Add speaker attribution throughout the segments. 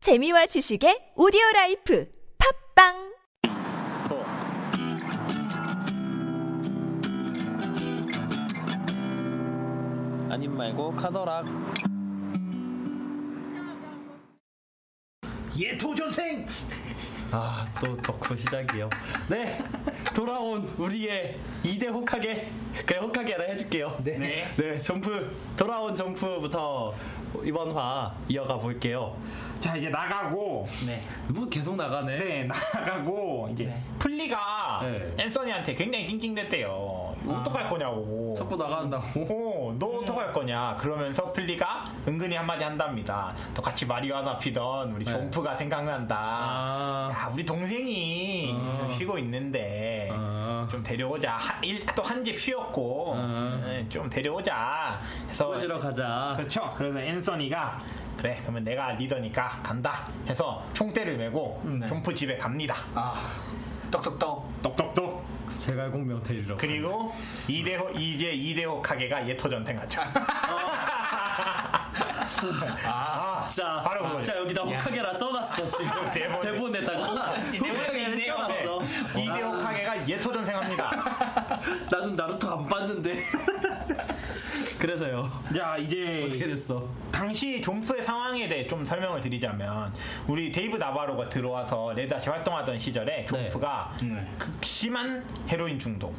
Speaker 1: 재미와 지식의 오디오 라이프 팝빵
Speaker 2: 아님 말고 카더락
Speaker 3: 예토전생
Speaker 4: 아 또 덕후 시작이요. 네 돌아온 우리의 2대 호카게 그냥 호카게라 해줄게요.
Speaker 3: 네. 네.
Speaker 4: 점프 돌아온 점프부터 이번 화 이어가 볼게요.
Speaker 3: 자 이제 나가고
Speaker 5: 네.
Speaker 4: 뭐 계속 나가네.
Speaker 3: 네 나가고 이제
Speaker 5: 네.
Speaker 3: 플리가
Speaker 4: 네. 아.
Speaker 3: 앤서니한테 굉장히 낑낑댔대요 이거 어떡할 거냐고
Speaker 4: 자꾸 나간다고.
Speaker 3: 오호
Speaker 4: 네.
Speaker 3: 너 어떡할 거냐 그러면서 플리가 은근히 한마디 한답니다 또 같이 마리화나 피던 우리 존프가 생각난다
Speaker 4: 네. 아.
Speaker 3: 야 우리 동생이 좀 쉬고 있는데
Speaker 4: 아.
Speaker 3: 좀 데려오자 또한집 쉬었고
Speaker 4: 아.
Speaker 3: 네, 좀 데려오자 해서
Speaker 4: 꼬시러 어, 가자.
Speaker 3: 그렇죠. 그래서 앤서니가 그래 그러면 내가 리더니까 간다 해서 총대를 메고
Speaker 4: 네.
Speaker 3: 종프 집에 갑니다.
Speaker 4: 아,
Speaker 5: 똑똑똑.
Speaker 3: 똑똑똑.
Speaker 4: 제갈공명 데리러.
Speaker 3: 그리고 이대호 이제 이대호 가게가 예토전쟁 하죠.
Speaker 4: 아, 진짜
Speaker 3: 바로
Speaker 4: 진짜 여기다 호카게라 써놨어 지금
Speaker 3: 대본에.
Speaker 4: 대본에다가 네. 호카게를 써놨어.
Speaker 3: 네. 이대호 가게가 예토전쟁 합니다.
Speaker 4: 나는 나루토 안 봤는데. 그래서요.
Speaker 3: 자
Speaker 4: 어떻게
Speaker 3: 이제
Speaker 4: 됐어?
Speaker 3: 당시 존프의 상황에 대해 좀 설명을 드리자면 우리 데이브 나바로가 들어와서 레드아시 활동하던 시절에 존프가
Speaker 5: 네. 음.
Speaker 3: 극심한 헤로인 중독.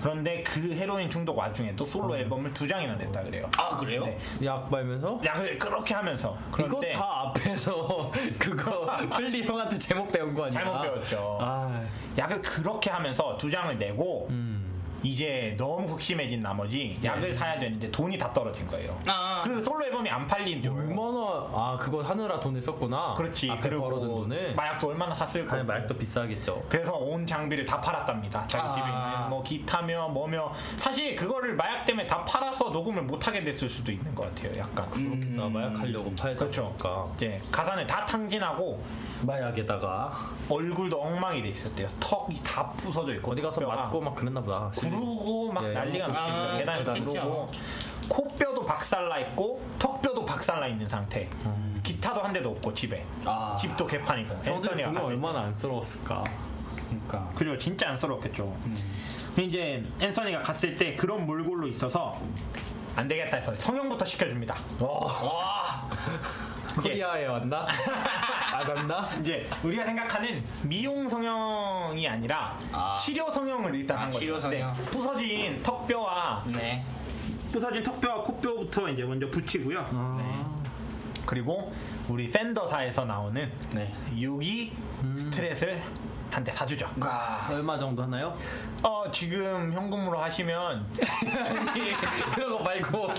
Speaker 3: 그런데 그 헤로인 중독 와중에 또
Speaker 4: 아.
Speaker 3: 솔로 앨범을 두 장이나 냈다 그래요.
Speaker 5: 아 그래요?
Speaker 3: 네.
Speaker 4: 약 빨면서?
Speaker 3: 약을 그렇게 하면서
Speaker 4: 이거
Speaker 3: 그런데
Speaker 4: 다 앞에서 그거 플리 형한테 제목 배운 거 아니야?
Speaker 3: 잘못 배웠죠.
Speaker 4: 아,
Speaker 3: 약을 그렇게 하면서 두 장을 내고
Speaker 4: 음.
Speaker 3: 이제 너무 극심해진 나머지
Speaker 4: 네.
Speaker 3: 약을 사야 되는데 돈이 다 떨어진 거예요.
Speaker 5: 아.
Speaker 3: 그 솔로 앨범이 안 팔린 거예요.
Speaker 4: 얼마나 아 그거 하느라 돈을 썼구나.
Speaker 3: 그렇지.
Speaker 4: 앞에
Speaker 3: 그리고
Speaker 4: 벌어든 돈을.
Speaker 3: 마약도 얼마나 샀을
Speaker 4: 아니
Speaker 3: 거예요.
Speaker 4: 말도 비싸겠죠.
Speaker 3: 그래서 온 장비를 다 팔았답니다. 자기
Speaker 5: 아.
Speaker 3: 집에 있는 뭐 기타며 뭐며 사실 그거를 마약 때문에 다 팔아서 녹음을 못 하게 됐을 수도 있는 것 같아요. 약간
Speaker 4: 나 마약하려고 팔다
Speaker 3: 그렇죠.
Speaker 4: 보니까
Speaker 3: 예, 가사는 다 탕진하고
Speaker 4: 마약에다가
Speaker 3: 얼굴도 엉망이 돼 있었대요. 턱이 다 부서져 있고
Speaker 4: 어디 가서
Speaker 3: 뼈가
Speaker 4: 맞고 막 그랬나 보다.
Speaker 3: 구르고 막
Speaker 4: 예,
Speaker 3: 난리가
Speaker 4: 예.
Speaker 3: 났어요.
Speaker 5: 아,
Speaker 3: 계단에서
Speaker 5: 그렇겠죠.
Speaker 3: 구르고 코뼈도 박살나 있고 턱뼈도 박살나 있는 상태. 기타도 한 대도 없고 집에
Speaker 5: 아.
Speaker 3: 집도 개판이고
Speaker 4: 음. 형들
Speaker 3: 앤서니가
Speaker 4: 보면
Speaker 3: 갔을 때.
Speaker 4: 얼마나 안쓰러웠을까.
Speaker 5: 그러니까.
Speaker 3: 그리고 진짜 안쓰럽겠죠. 근데 이제 앤서니가 갔을 때 그런 몰골로 있어서 안 되겠다 해서 성형부터 시켜줍니다. 어. 이게
Speaker 4: 코리아에 왔나? 아, 안 왔나?
Speaker 3: 이제 우리가 생각하는 미용 성형이 아니라
Speaker 5: 아.
Speaker 3: 치료 성형을 일단
Speaker 5: 아,
Speaker 3: 한 거죠.
Speaker 5: 치료 성형.
Speaker 3: 네, 부서진 턱뼈와
Speaker 5: 네.
Speaker 3: 부서진 턱뼈와 코뼈부터 이제 먼저 붙이고요. 그리고 우리 팬더사에서 나오는
Speaker 5: 네.
Speaker 3: 유기 스트렛을 한 대 사주죠.
Speaker 5: 와.
Speaker 4: 얼마 정도 하나요?
Speaker 3: 어 지금 현금으로 하시면
Speaker 4: 그런 거 말고.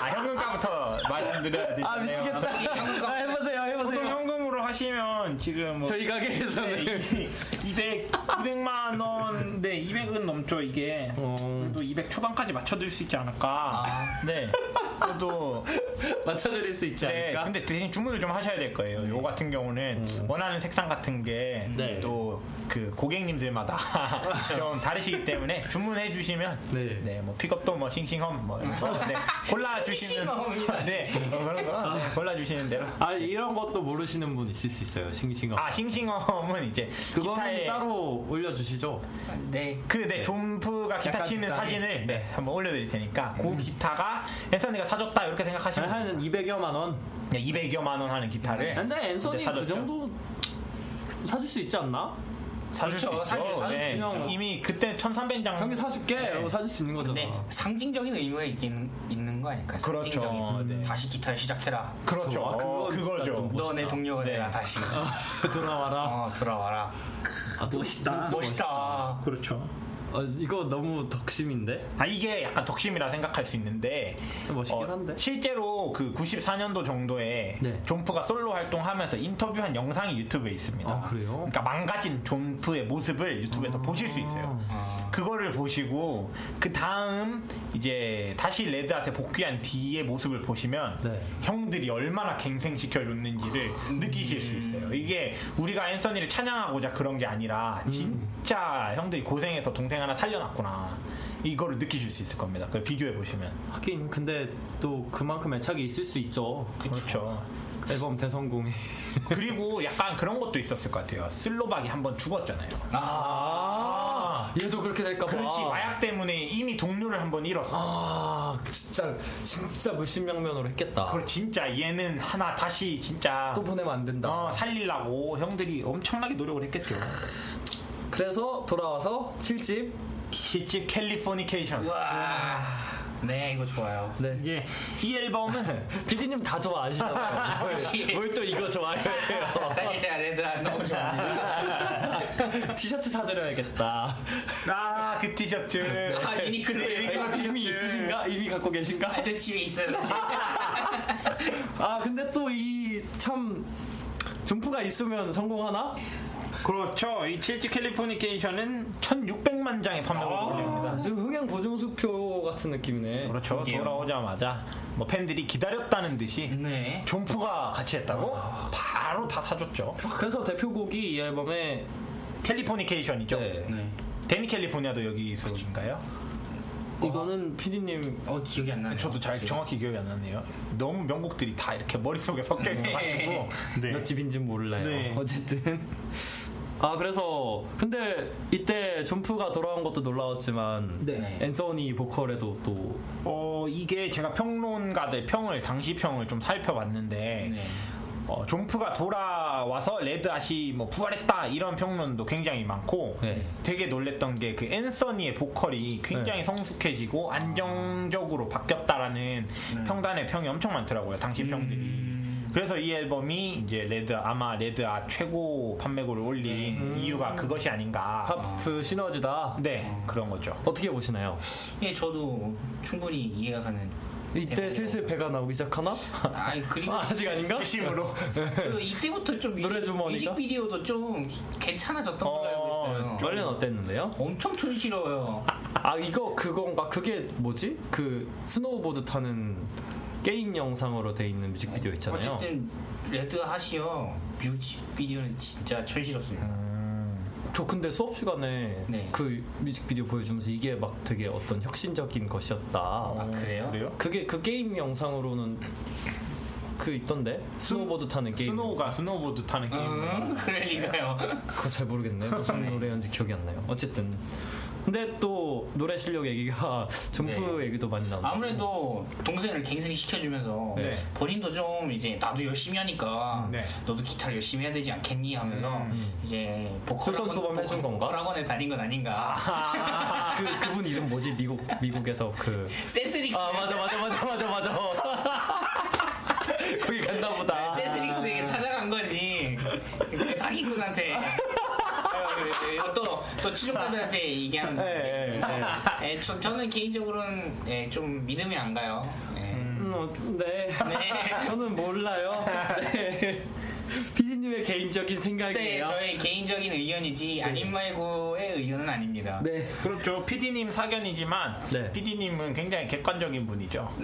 Speaker 3: 아 현금가부터 말씀드려야 되겠네요.
Speaker 4: 아 미치겠다. 아, 해보세요,
Speaker 3: 보통
Speaker 4: 해보세요.
Speaker 3: 현금으로 하시면 지금 뭐
Speaker 4: 저희 가게에서는
Speaker 3: 200 200만 원, 네 200은 넘죠 이게.
Speaker 4: 어.
Speaker 3: 그래도 200 초반까지 맞춰드릴 수 있지 않을까.
Speaker 4: 아.
Speaker 3: 네. 그래도
Speaker 4: 맞춰드릴 수 있지
Speaker 3: 네,
Speaker 4: 않을까?
Speaker 3: 근데 대신 주문을 좀 하셔야 될 거예요. 요거 같은 경우는 원하는 색상 같은 게
Speaker 4: 네.
Speaker 3: 또 그 고객님들마다 좀 다르시기 때문에 주문해 주시면
Speaker 4: 네.
Speaker 3: 네. 뭐 픽업도 뭐 싱싱험 뭐 이런 거. 네, 골라 주시는
Speaker 5: 싱싱험이라니.
Speaker 3: 네. 어, 그런 거. 네, 골라 주시는 대로.
Speaker 4: 아 이런 것도 모르시는 분 있을 수 있어요. 싱싱한.
Speaker 3: 아, 싱싱험은 이제
Speaker 4: 그거는
Speaker 3: 기타에
Speaker 4: 따로 올려주시죠.
Speaker 5: 네.
Speaker 3: 그네 존프가 기타
Speaker 4: 약간
Speaker 3: 치는
Speaker 4: 뒷단에.
Speaker 3: 사진을 네, 한번 올려드릴 테니까 그 기타가 앤서니가 사줬다 이렇게 생각하시면 돼요.
Speaker 4: 네, 한 200여만 원.
Speaker 3: 네, 200여만 원 하는 기타를
Speaker 4: 근데 앤서니 그
Speaker 3: 네. 사줬죠.
Speaker 4: 정도 사줄 수 있지 않나?
Speaker 3: 사줄 수
Speaker 5: 그렇죠.
Speaker 3: 있죠.
Speaker 5: 사실 사줄
Speaker 3: 네,
Speaker 4: 수 있죠.
Speaker 3: 이미 그때 1300장
Speaker 4: 형이 사줄게.
Speaker 3: 네.
Speaker 4: 이러고 사줄 수 있는 거잖아.
Speaker 5: 근데 네. 상징적인 의무가 있긴 있는 거 아닐까?
Speaker 3: 그렇죠.
Speaker 5: 상징적인.
Speaker 3: 네.
Speaker 5: 다시 기타를 시작해라.
Speaker 3: 그렇죠.
Speaker 4: 아,
Speaker 3: 어,
Speaker 4: 그건 진짜
Speaker 3: 그거죠.
Speaker 4: 좀
Speaker 5: 너 내 동료가
Speaker 3: 네.
Speaker 5: 되라 다시.
Speaker 4: 그 돌아와라.
Speaker 5: 어 돌아와라.
Speaker 4: 아, 멋있다.
Speaker 5: 멋있다.
Speaker 3: 그렇죠.
Speaker 4: 아, 이거 너무 덕심인데?
Speaker 3: 아 이게 약간 덕심이라 생각할 수 있는데 어,
Speaker 4: 멋있긴 한데.
Speaker 3: 실제로 그 94년도 정도에
Speaker 4: 네.
Speaker 3: 존프가 솔로 활동하면서 인터뷰한 영상이 유튜브에 있습니다.
Speaker 4: 아, 그래요?
Speaker 3: 그러니까 망가진 존프의 모습을 유튜브에서 보실 수 있어요. 그거를 보시고 그 다음 이제 다시 레드아트에 복귀한 뒤의 모습을 보시면
Speaker 4: 네.
Speaker 3: 형들이 얼마나 갱생시켜 줬는지를 느끼실 수 있어요. 이게 우리가 앤서니를 찬양하고자 그런 게 아니라 진짜 형들이 고생해서 동생 하나 살려놨구나. 이거를 느끼실 수 있을 겁니다. 그걸 비교해 보시면
Speaker 4: 하긴 근데 또 그만큼 애착이 있을 수 있죠.
Speaker 3: 그렇죠.
Speaker 4: 앨범 대성공이.
Speaker 3: 그리고 약간 그런 것도 있었을 것 같아요. 슬로박이 한번 죽었잖아요.
Speaker 4: 아, 얘도 그렇게 될까 봐.
Speaker 3: 그렇지 마약 때문에 이미 동료를 한번 잃었어.
Speaker 4: 아, 진짜 진짜 무신명면으로 했겠다.
Speaker 3: 그걸 진짜 얘는 하나 다시 진짜
Speaker 4: 또 뭐- 보내면 안 된다.
Speaker 3: 어, 살리려고 형들이 엄청나게 노력을 했겠죠.
Speaker 4: 그래서 돌아와서 7집
Speaker 3: 시집 캘리포니케이션.
Speaker 5: 네 이거 좋아요.
Speaker 4: 네.
Speaker 3: 이게 이 앨범은
Speaker 4: PD님 네. 다 좋아하시나봐요.
Speaker 5: 그치.
Speaker 4: 뭘 또 이거 좋아해요.
Speaker 5: 사실 제가 레드 너무 좋아합니다.
Speaker 4: 티셔츠
Speaker 3: 아,
Speaker 4: 사드려야겠다.
Speaker 3: 아그 티셔츠.
Speaker 5: 아 유니클로
Speaker 4: 이미 있으신가? 이미 갖고 계신가?
Speaker 5: 아저 집에 있어요. 사실.
Speaker 4: 아 근데 또 이 참 점프가 있으면 성공하나?
Speaker 3: 그렇죠. 이 칠집 캘리포니케이션은 1,600만 장의
Speaker 4: 아.
Speaker 3: 판매가 올립니다.
Speaker 4: 지금 흥행 보증수표 같은 느낌이네.
Speaker 3: 그렇죠. 돌아오자마자 뭐 팬들이 기다렸다는 듯이
Speaker 5: 네.
Speaker 3: 존프가 같이 했다고
Speaker 4: 아.
Speaker 3: 바로 다 사줬죠.
Speaker 4: 그래서 대표곡이 이 앨범에
Speaker 3: 캘리포니케이션이죠.
Speaker 4: 네.
Speaker 5: 네.
Speaker 3: 데니 캘리포니아도 여기 소속인가요?
Speaker 4: 이거는 피디님
Speaker 5: 어 기억이 안 나네요.
Speaker 3: 저도 잘 정확히 기억이 안 나네요. 너무 명곡들이 다 이렇게 머릿속에 섞여 있어가지고.
Speaker 4: 몇 집인지 몰라요.
Speaker 3: 네.
Speaker 4: 어쨌든 아 그래서 근데 이때 존프가 돌아온 것도 놀라웠지만
Speaker 5: 네.
Speaker 4: 앤서니 보컬에도 또
Speaker 3: 어, 이게 제가 평론가들 평을, 당시 평을 좀 살펴봤는데,
Speaker 5: 네.
Speaker 3: 어, 존프가 돌아와서 레드아시 뭐 부활했다 이런 평론도 굉장히 많고
Speaker 4: 네.
Speaker 3: 되게 놀랬던 게 그 앤서니의 보컬이 굉장히
Speaker 4: 네.
Speaker 3: 성숙해지고 안정적으로 바뀌었다라는 평단의 평이 엄청 많더라고요 당시 평들이 그래서 이 앨범이 이제 레드 아마 레드아 최고 판매고를 올린 이유가 그것이 아닌가
Speaker 4: 하프 시너지다.
Speaker 3: 네 그런 거죠
Speaker 4: 어떻게 보시나요?
Speaker 5: 예, 저도 충분히 이해가 가는.
Speaker 4: 이때
Speaker 5: 대목이라고.
Speaker 4: 슬슬 배가 나오기 시작하나?
Speaker 5: 아니 그리고
Speaker 4: 아, 아직 아닌가?
Speaker 3: 핵심으로
Speaker 5: 그리고 이때부터 좀 뮤직,
Speaker 4: 노래 주머니가?
Speaker 5: 뮤직비디오도 좀 괜찮아졌던 걸로
Speaker 3: 어,
Speaker 5: 알고 있어요.
Speaker 4: 원래는 어땠는데요?
Speaker 5: 엄청 촌스러워요.
Speaker 4: 아 이거 그건가? 그게 뭐지? 그 스노우보드 타는 게임 영상으로 돼 있는 뮤직비디오 있잖아요.
Speaker 5: 네. 어쨌든 레드 하시요 뮤직비디오는 진짜 촌스럽습니다.
Speaker 4: 저 근데 수업 시간에
Speaker 5: 네.
Speaker 4: 그 뮤직비디오 보여주면서 이게 막 되게 어떤 혁신적인 것이었다.
Speaker 5: 아 그래요?
Speaker 3: 그래요?
Speaker 4: 그게 그 게임 영상으로는 그 있던데 스노우보드 타는 게임.
Speaker 3: 스노우가 스노우보드 타는 게임
Speaker 5: 음, 그럴 리가요.
Speaker 4: 그거 잘 모르겠네. 무슨
Speaker 5: 네.
Speaker 4: 노래였는지 기억이 안 나요. 어쨌든. 근데 또 노래 실력 얘기가 점프
Speaker 5: 네.
Speaker 4: 얘기도 많이 나오고.
Speaker 5: 아무래도 동생을 갱생이 시켜주면서
Speaker 3: 네.
Speaker 5: 본인도 좀 이제 나도 열심히 하니까
Speaker 3: 네.
Speaker 5: 너도 기타를 열심히 해야 되지 않겠니 하면서 이제 보컬
Speaker 4: 음, 솔선 수범 해준 건가?
Speaker 5: 보컬 학원에 다닌 건 아닌가?
Speaker 4: 그 그분 이름 뭐지? 미국 미국에서 그.
Speaker 5: 세스릭스
Speaker 4: 아 맞아 맞아 맞아 맞아 맞아. 거기 갔나 보다.
Speaker 5: 세스릭스에 찾아간 거지 그
Speaker 4: 네,
Speaker 5: 사기꾼한테 또또 취준생들한테 얘기하는
Speaker 4: 예, 예, 예.
Speaker 5: 예, 저, 저는 개인적으로는 예, 좀 믿음이 안 가요. 예.
Speaker 4: 음, 어, 네.
Speaker 5: 네.
Speaker 4: 저는 몰라요. 네. 피디님의 개인적인
Speaker 5: 네,
Speaker 4: 생각이에요.
Speaker 5: 저의 개인적인 의견이지 아님 말고의 의견은 아닙니다. 네.
Speaker 4: 네.
Speaker 3: 그렇죠. PD님 사견이지만
Speaker 4: 네.
Speaker 3: PD님은 굉장히 객관적인 분이죠.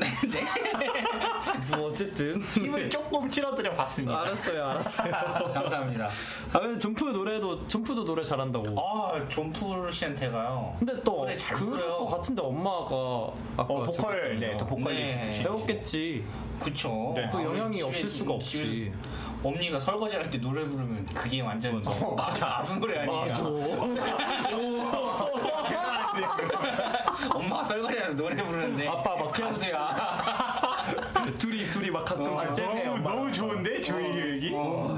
Speaker 4: 뭐 어쨌든
Speaker 3: 힘을 조금 실어드려 봤습니다.
Speaker 4: 아, 알았어요, 알았어요.
Speaker 5: 감사합니다.
Speaker 4: 아 근데 점프 노래도 점프도 노래 잘한다고.
Speaker 5: 아, 존풀 씨한테가요.
Speaker 4: 근데 또
Speaker 5: 노래 잘
Speaker 4: 그럴
Speaker 5: 불러요.
Speaker 4: 것 같은데 엄마가 아까
Speaker 3: 어, 보컬,
Speaker 4: 저기
Speaker 3: 네, 또
Speaker 5: 네.
Speaker 3: 보컬리스트.
Speaker 4: 배웠겠지.
Speaker 5: 그쵸.
Speaker 3: 네.
Speaker 4: 또 영향이
Speaker 5: 집에-
Speaker 4: 없을 수가 없지.
Speaker 5: 집에서 엄니가 설거지 할 때 노래 부르면 그게 완전
Speaker 4: 맞아.
Speaker 5: 어, 가수, 가수 노래 아니야. 엄마가 설거지하면서 노래 부르는데
Speaker 4: 아빠 막
Speaker 5: 가수야.
Speaker 4: 둘이 둘이 막 가끔
Speaker 5: 어,
Speaker 4: 째세요.
Speaker 3: 너무, 너무 좋은데 조이 교육이.
Speaker 5: 어,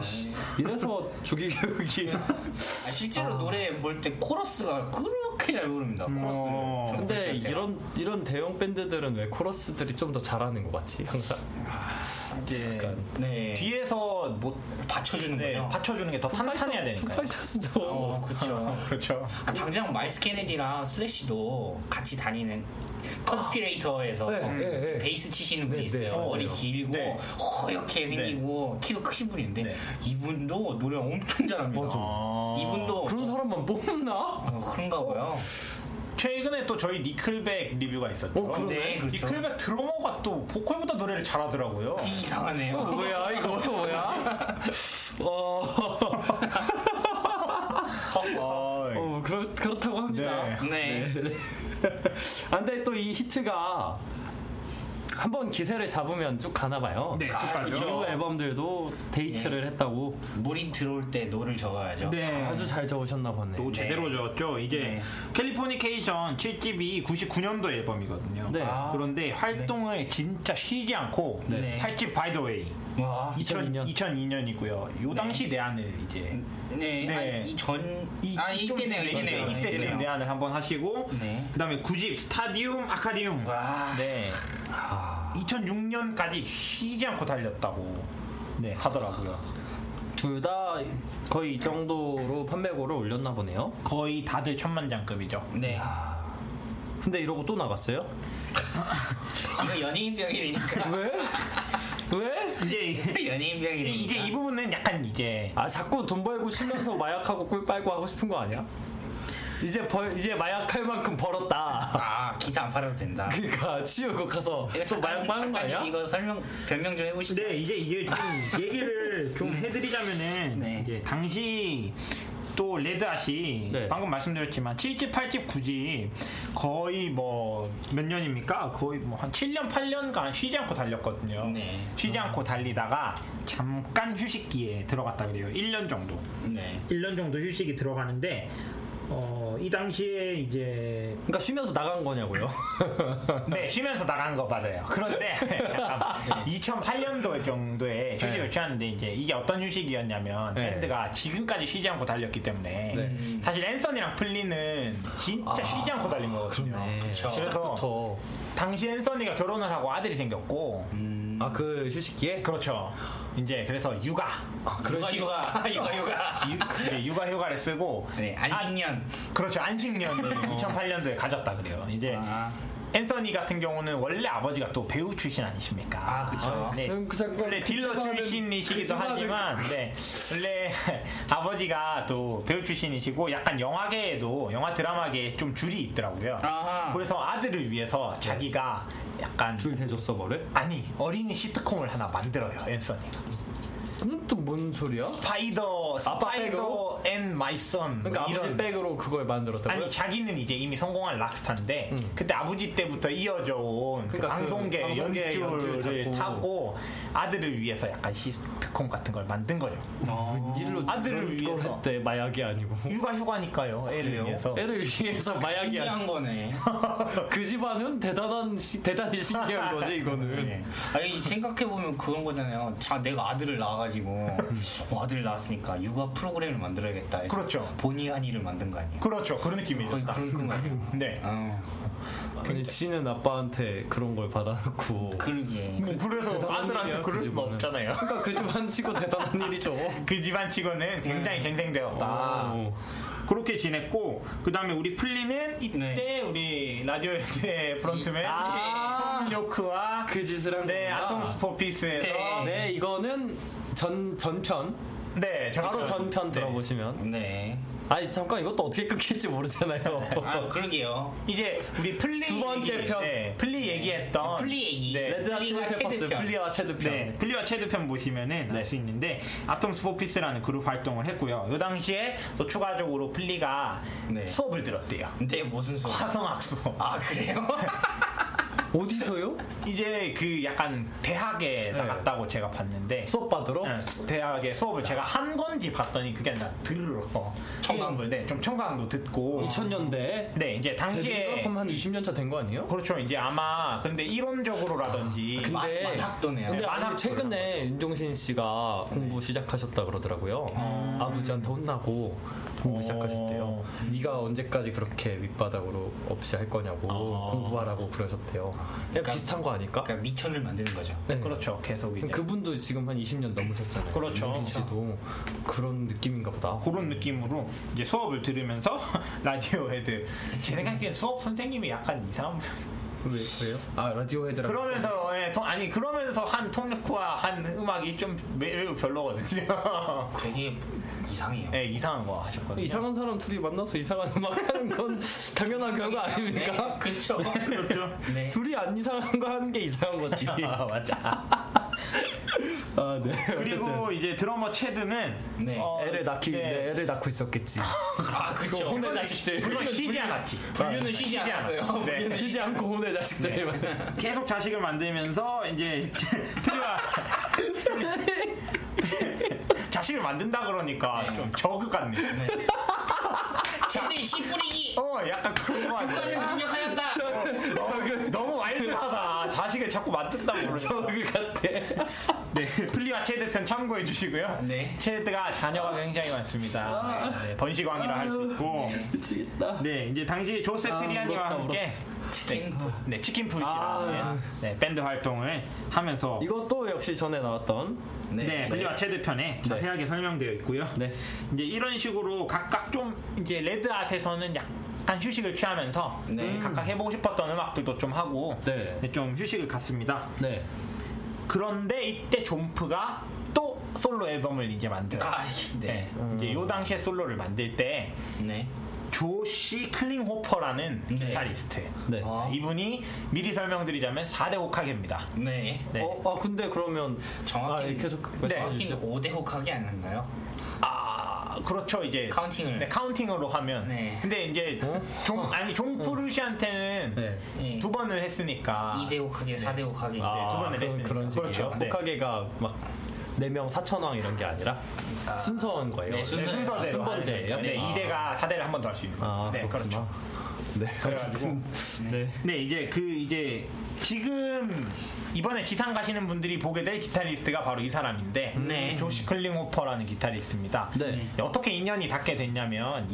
Speaker 4: 이래서 조기 교육이.
Speaker 5: 아, 실제로 노래 볼 때 코러스가 그렇게 잘 부릅니다. 코러스를.
Speaker 3: 어.
Speaker 5: 좀
Speaker 4: 근데
Speaker 5: 보실 때가.
Speaker 4: 이런 이런 대형 밴드들은 왜 코러스들이 좀 더 잘하는 것 같지 항상.
Speaker 3: 이제
Speaker 5: 네.
Speaker 3: 뒤에서 뭐
Speaker 5: 받쳐주는
Speaker 3: 네,
Speaker 5: 거죠.
Speaker 3: 받쳐주는 게 더 탄탄해야 되니까.
Speaker 4: 푸파이셔스도
Speaker 5: 어, 그렇죠.
Speaker 3: 그렇죠.
Speaker 5: 아, 당장 마이스 케네디랑 슬래시도 같이 다니는 컨스피레이터에서
Speaker 4: 네, 네, 네.
Speaker 5: 베이스 치시는 분이
Speaker 4: 네, 네,
Speaker 5: 있어요.
Speaker 4: 맞아요.
Speaker 5: 머리 길고
Speaker 3: 네.
Speaker 5: 허옇게 생기고 키도 크신 분인데
Speaker 3: 네.
Speaker 5: 이분도 노래 엄청 잘합니다.
Speaker 3: 아.
Speaker 5: 이분도
Speaker 4: 그런 사람만 뽑나?
Speaker 5: 어, 그런가 봐요.
Speaker 3: 최근에 또 저희 니클백 리뷰가 있었죠.
Speaker 4: 어, 그러네.
Speaker 5: 네, 그렇죠.
Speaker 3: 니클백 드러머가 또 보컬보다 노래를 잘하더라고요.
Speaker 5: 이상하네요.
Speaker 4: 뭐야 이거 뭐야? 어,
Speaker 3: 어,
Speaker 4: 아, 어 그렇 그렇다고 합니다.
Speaker 3: 네.
Speaker 5: 네.
Speaker 4: 아, 근데 또 이 히트가 한번 기세를 잡으면 쭉 예. 가나 봐요.
Speaker 6: 네,
Speaker 4: 주요
Speaker 6: 쪽팔려.
Speaker 4: 앨범들도 데이트를 했다고
Speaker 5: 물이 들어올 때 노를 적어야죠.
Speaker 3: 네.
Speaker 4: 아주 잘 적으셨나 보네.
Speaker 3: 또 제대로 저었죠. 이게
Speaker 5: 네.
Speaker 3: 캘리포니케이션 7집이 99년도 앨범이거든요.
Speaker 4: 네.
Speaker 5: 아.
Speaker 3: 그런데 활동을 진짜 쉬지 않고
Speaker 5: 네. 아,
Speaker 3: 8집 바이 더 웨이
Speaker 5: 와.
Speaker 4: 2002년.
Speaker 3: 2002년이고요. 요 당시 내한을 이제
Speaker 5: 네.
Speaker 3: 네.
Speaker 5: 아, 이전
Speaker 3: 이-
Speaker 5: 아
Speaker 3: 좀-
Speaker 5: 이때네요.
Speaker 3: 네,
Speaker 5: 이때네요.
Speaker 3: 이때쯤
Speaker 5: 이때네요.
Speaker 3: 내한을 한번 하시고
Speaker 5: 네.
Speaker 3: 그다음에 9집 스타디움 아카디움.
Speaker 5: 와. 아.
Speaker 3: 네. 2006년까지 쉬지 않고 달렸다고 네, 하더라고요.
Speaker 4: 둘 다 거의 이 정도로 판매고를 올렸나 보네요.
Speaker 3: 거의 다들 천만장급이죠.
Speaker 5: 네.
Speaker 4: 근데 이러고 또 나갔어요?
Speaker 5: 이거 연예인 병이니까.
Speaker 4: 왜? 왜?
Speaker 3: 이제
Speaker 5: 연예인 병이니까.
Speaker 3: 이제 이 부분은 약간 이제
Speaker 4: 아 자꾸 돈 벌고 쉬면서 마약하고 꿀 빨고 하고 싶은 거 아니야? 이제 벌 이제 마약할 만큼 벌었다.
Speaker 5: 아 기사 안 팔아도 된다.
Speaker 4: 그러니까 치우고 가서 또 마약 빠는 거 아니야?
Speaker 5: 이거 설명 변명 좀 해보시죠.
Speaker 3: 네, 이제 이게 좀 얘기를 좀 해드리자면은
Speaker 5: 음. 네.
Speaker 3: 이제 당시 또 레드아시
Speaker 4: 네.
Speaker 3: 방금 말씀드렸지만 7집, 8집, 9집 거의 뭐 몇 년입니까? 거의 뭐 한 7년, 8년간 쉬지 않고 달렸거든요.
Speaker 5: 네.
Speaker 3: 쉬지 않고 달리다가 잠깐 휴식기에 들어갔다 그래요. 1년 정도.
Speaker 5: 네.
Speaker 3: 1년 정도 휴식이 들어가는데 어, 이 당시에 이제
Speaker 4: 그러니까 쉬면서 나간 거냐고요?
Speaker 3: 네, 쉬면서 나간 거 맞아요. 그런데 2008년도 정도에 휴식을
Speaker 4: 네.
Speaker 3: 취하는데 이제 이게 어떤 휴식이었냐면
Speaker 4: 네.
Speaker 3: 밴드가 지금까지 쉬지 않고 달렸기 때문에
Speaker 4: 네.
Speaker 3: 사실 앤서니랑 플리는 진짜 쉬지 않고 달린 거거든요.
Speaker 5: 그쵸.
Speaker 3: 그래서
Speaker 4: 시작부터
Speaker 3: 당시 앤서니가 결혼을 하고 아들이 생겼고
Speaker 4: 아 그 휴식기에
Speaker 3: 그렇죠. 이제 그래서 육아
Speaker 5: 그런 휴가 이거 휴가.
Speaker 3: 유- 이제 육아 휴가를 쓰고
Speaker 5: 네. 안식년.
Speaker 3: 그렇죠 안식년을 2008년도에 가졌다 그래요. 이제
Speaker 5: 아.
Speaker 3: 앤서니 같은 경우는 원래 아버지가 또 배우 출신 아니십니까?
Speaker 5: 아 그쵸.
Speaker 3: 네.
Speaker 4: 그 잠깐
Speaker 3: 원래 딜러
Speaker 4: 그
Speaker 3: 출신이시기도
Speaker 4: 그
Speaker 3: 하지만 네. 원래 아버지가 또 배우 출신이시고 약간 영화계에도 영화 드라마계에 좀 줄이 있더라고요.
Speaker 5: 아하.
Speaker 3: 그래서 아들을 위해서 자기가 약간
Speaker 4: 줄 대줬어 뭐래?
Speaker 3: 아니 어린이 시트콤을 하나 만들어요 앤서니가
Speaker 4: 그건 음, 또뭔 소리야?
Speaker 3: 스파이더
Speaker 4: 아빠
Speaker 3: 스파이더 앤 마이 선
Speaker 4: 그러니까 아버지
Speaker 3: 뭐 이런
Speaker 4: 백으로 그걸 만들었다고요?
Speaker 3: 아니 자기는 이제 이미 성공한 락스타인데 그때 아버지 때부터 이어져 온그
Speaker 4: 음. 그러니까 그
Speaker 3: 방송계
Speaker 4: 방송계 연주를
Speaker 3: 연출을
Speaker 4: 잡고.
Speaker 3: 타고 아들을 위해서 약간 시트콤 같은 걸 만든 거죠.
Speaker 4: 웬일로
Speaker 3: 아들을
Speaker 4: 그걸
Speaker 3: 위해서.
Speaker 4: 했대 마약이 아니고
Speaker 3: 육아 휴가니까요. 애를
Speaker 5: 그래요?
Speaker 3: 위해서.
Speaker 4: 음. 애를 위해서 마약이 아니고
Speaker 5: 신기한 거네.
Speaker 4: 그 집안은 대단한 시- 대단히 신기한 거지 이거는.
Speaker 5: 네. 아니 생각해 보면 그런 거잖아요. 자 내가 아들을 낳아가지고 어, 아들을 낳았으니까 육아 프로그램을 만들어야겠다. 해서
Speaker 3: 그렇죠.
Speaker 5: 본의 아니를 만든 거 아니에요?
Speaker 3: 그렇죠. 그런 느낌이죠.
Speaker 5: 거의 그런 거 아니에요?
Speaker 3: 네.
Speaker 5: 어,
Speaker 4: 아니 지는 아빠한테 그런 걸 받아놓고.
Speaker 5: 그러게.
Speaker 3: 뭐 그래서
Speaker 4: 대단한
Speaker 3: 아들한테
Speaker 4: 일이야,
Speaker 3: 그럴
Speaker 4: 그
Speaker 3: 수는
Speaker 4: 집안은.
Speaker 3: 없잖아요.
Speaker 4: 그러니까 그 집안 치고 대단한 일이죠.
Speaker 3: 그 집안 치고는 굉장히 갱생되었다.
Speaker 4: 네. 오.
Speaker 3: 그렇게 지냈고 그다음에 우리 플리는 이때
Speaker 5: 네.
Speaker 3: 우리 라디오의 프론트맨
Speaker 4: 아.
Speaker 3: 요크와
Speaker 4: 그 짓을 한
Speaker 3: 네,
Speaker 4: 거구나.
Speaker 3: 아톰스 포피스에서
Speaker 4: 네 이거는 전 전편
Speaker 3: 네,
Speaker 4: 바로 전편
Speaker 3: 네.
Speaker 4: 들어보시면
Speaker 5: 네.
Speaker 4: 아니 잠깐 이것도 어떻게 끊길지 모르잖아요.
Speaker 5: 아 그러게요.
Speaker 3: 이제 우리 플리
Speaker 4: 두 번째
Speaker 3: 얘기,
Speaker 4: 편.
Speaker 3: 네, 플리 얘기했던
Speaker 5: 플리 얘기.
Speaker 3: 네.
Speaker 4: 레드와
Speaker 5: 플리와
Speaker 4: 체드페퍼스
Speaker 5: 체드편.
Speaker 4: 플리와 체드편.
Speaker 3: 네, 플리와 체드편 보시면은 알
Speaker 4: 네.
Speaker 3: 수 있는데 아톰스 포피스라는 그룹 활동을 했고요. 요 당시에 또 추가적으로 플리가
Speaker 5: 네.
Speaker 3: 수업을 들었대요.
Speaker 5: 근데 무슨 소리?
Speaker 3: 화성학 수업.
Speaker 5: 아 그래요?
Speaker 4: 어디서요?
Speaker 3: 이제 그 약간 대학에 나갔다고 제가 봤는데
Speaker 4: 네. 수업 받으러?
Speaker 3: 네, 대학에 수업을 제가 한 건지 봤더니 그게 아니라 들으러
Speaker 5: 청강도.
Speaker 3: 네, 좀 청강도 듣고
Speaker 4: 2000년대.
Speaker 3: 네 이제 당시에
Speaker 4: 그럼 한 20년 차 된 거 아니에요?
Speaker 3: 그렇죠 이제 아마 근데 이론적으로라든지
Speaker 5: 마- 만학도네요.
Speaker 4: 근데
Speaker 3: 네,
Speaker 4: 아니,
Speaker 3: 만학도라고.
Speaker 4: 최근에 윤종신 씨가 공부 시작하셨다 그러더라고요. 아버지한테 혼나고 공부 시작하셨대요. 네가 언제까지 그렇게 밑바닥으로 없이 할 거냐고 공부하라고 그러셨대요. 그냥 비슷한 거 아닐까?
Speaker 5: 그러니까 미천을 만드는 거죠.
Speaker 4: 네.
Speaker 3: 그렇죠 계속 이제
Speaker 4: 그분도 지금 한 20년 넘으셨잖아요.
Speaker 3: 그렇죠.
Speaker 4: 윤종신 씨도 그런 느낌인가 보다.
Speaker 3: 그런 느낌으로 이제 수업을 들으면서 라디오 헤드 제 생각엔 수업 선생님이 약간 이상한 분.
Speaker 4: 왜, 왜요? 아 라디오 헤드라.
Speaker 3: 그러면서 예, 통- 아니 그러면서 한 톱력과 한 음악이 좀 매- 매우 별로거든요
Speaker 5: 되게 이상해요.
Speaker 3: 예, 이상한 거 하셨거든요
Speaker 4: 이상한 사람 둘이 만나서 이상한 음악 하는 건 당연한 결과 아닙니까?
Speaker 5: 네, 그렇죠.
Speaker 3: 그렇죠
Speaker 5: 네.
Speaker 3: 예.
Speaker 4: 둘이 안 이상한 거 하는 게 이상한 거지.
Speaker 3: 아 맞아
Speaker 4: 아, 네.
Speaker 3: 네. 그리고 이제 드러머 체드는
Speaker 5: 네.
Speaker 3: 어,
Speaker 4: 애를 낳기
Speaker 3: 네.
Speaker 4: 네, 애를 낳고 있었겠지.
Speaker 5: 아 그쵸.
Speaker 4: 혼내 자식들.
Speaker 5: 그건 쉬지 않았지. 분류는 쉬지 않았어요.
Speaker 3: 네.
Speaker 4: 쉬지 않고 혼내 자식들만.
Speaker 3: 계속 자식을 만들면서 이제 필요한 자식을 만든다 그러니까
Speaker 5: 네.
Speaker 3: 좀 저극 같네.
Speaker 5: 최대 씨 뿌리기.
Speaker 3: 어 약간 그런 거
Speaker 5: 국가는
Speaker 3: 같아.
Speaker 5: 공격하였다.
Speaker 3: 너무, 너무 와일드하다. 자식을 자꾸 만든다 그러니까.
Speaker 4: 저그 같아.
Speaker 3: 네, 플리와 체드편 참고해 주시고요.
Speaker 5: 네.
Speaker 3: 체드가
Speaker 4: 아.
Speaker 3: 자녀가 굉장히 많습니다. 네, 네, 번식왕이라 할 수 있고.
Speaker 4: 미치겠다.
Speaker 3: 네, 이제 당시 조세트리안이와
Speaker 4: 아, 울었다,
Speaker 3: 함께
Speaker 4: 울었어.
Speaker 5: 치킨.
Speaker 3: 네, 치킨풋이라는
Speaker 4: 아.
Speaker 3: 네, 밴드 활동을 하면서
Speaker 4: 이것도 역시 전에 나왔던
Speaker 3: 네, 플리와 체드편에 자세하게 설명되어 있고요.
Speaker 4: 네.
Speaker 3: 이제 이런 식으로 각각 좀 이제 레드앗에서는 약간 휴식을 취하면서
Speaker 5: 네.
Speaker 3: 음, 각각 해보고 싶었던 음악들도 좀 하고
Speaker 4: 네.
Speaker 3: 네, 좀 휴식을 갔습니다.
Speaker 4: 네.
Speaker 3: 그런데 이때 존프가 또 솔로 앨범을 이제 만들어요.
Speaker 5: 아,
Speaker 3: 네.
Speaker 5: 네.
Speaker 3: 이제 요 당시에 솔로를 만들 때
Speaker 5: 네.
Speaker 3: 조시 클링호퍼라는 기타리스트.
Speaker 4: 네.
Speaker 5: 어.
Speaker 3: 자, 이분이 미리 설명드리자면 4대 오카게입니다.
Speaker 5: 네.
Speaker 3: 네.
Speaker 4: 어, 아 근데 그러면
Speaker 5: 정확히
Speaker 4: 아, 예, 계속
Speaker 3: 네.
Speaker 4: 말씀해
Speaker 5: 정확히
Speaker 4: 주시죠.
Speaker 5: 5대 혹하게 안 했나요?
Speaker 3: 아, 그렇죠. 이제
Speaker 5: 카운팅을.
Speaker 3: 네, 카운팅으로 하면.
Speaker 5: 네.
Speaker 3: 근데 이제 종 아니 종프루시한테는
Speaker 4: 어? 네.
Speaker 5: 네.
Speaker 3: 두 번을 했으니까 네,
Speaker 5: 2대 혹하게, 4대 혹하게.
Speaker 4: 아,
Speaker 3: 두 번을
Speaker 4: 그런-
Speaker 3: 했으니까.
Speaker 4: 그런 식이에요.
Speaker 3: 그렇죠. 네.
Speaker 4: 호카게가 막 4명 4천왕 이런 게 아니라 순서인 거예요.
Speaker 5: 네,
Speaker 3: 네,
Speaker 5: 순서-
Speaker 3: 순서대로
Speaker 4: 아, 순번제예요?
Speaker 3: 네,
Speaker 4: 아.
Speaker 3: 2대가 4대를 한 번 더 할 수 있는 거예요.
Speaker 4: 아,
Speaker 3: 네,
Speaker 4: 그렇구나.
Speaker 3: 그렇죠.
Speaker 4: 네.
Speaker 3: 그래가지고
Speaker 4: 어쨌든 네.
Speaker 3: 네, 이제 그 이제 지금 이번에 기상 가시는 분들이 보게 될 기타리스트가 바로 이 사람인데
Speaker 5: 네.
Speaker 3: 조시 클링호퍼라는 기타리스트입니다.
Speaker 4: 네.
Speaker 3: 어떻게 인연이 닿게 됐냐면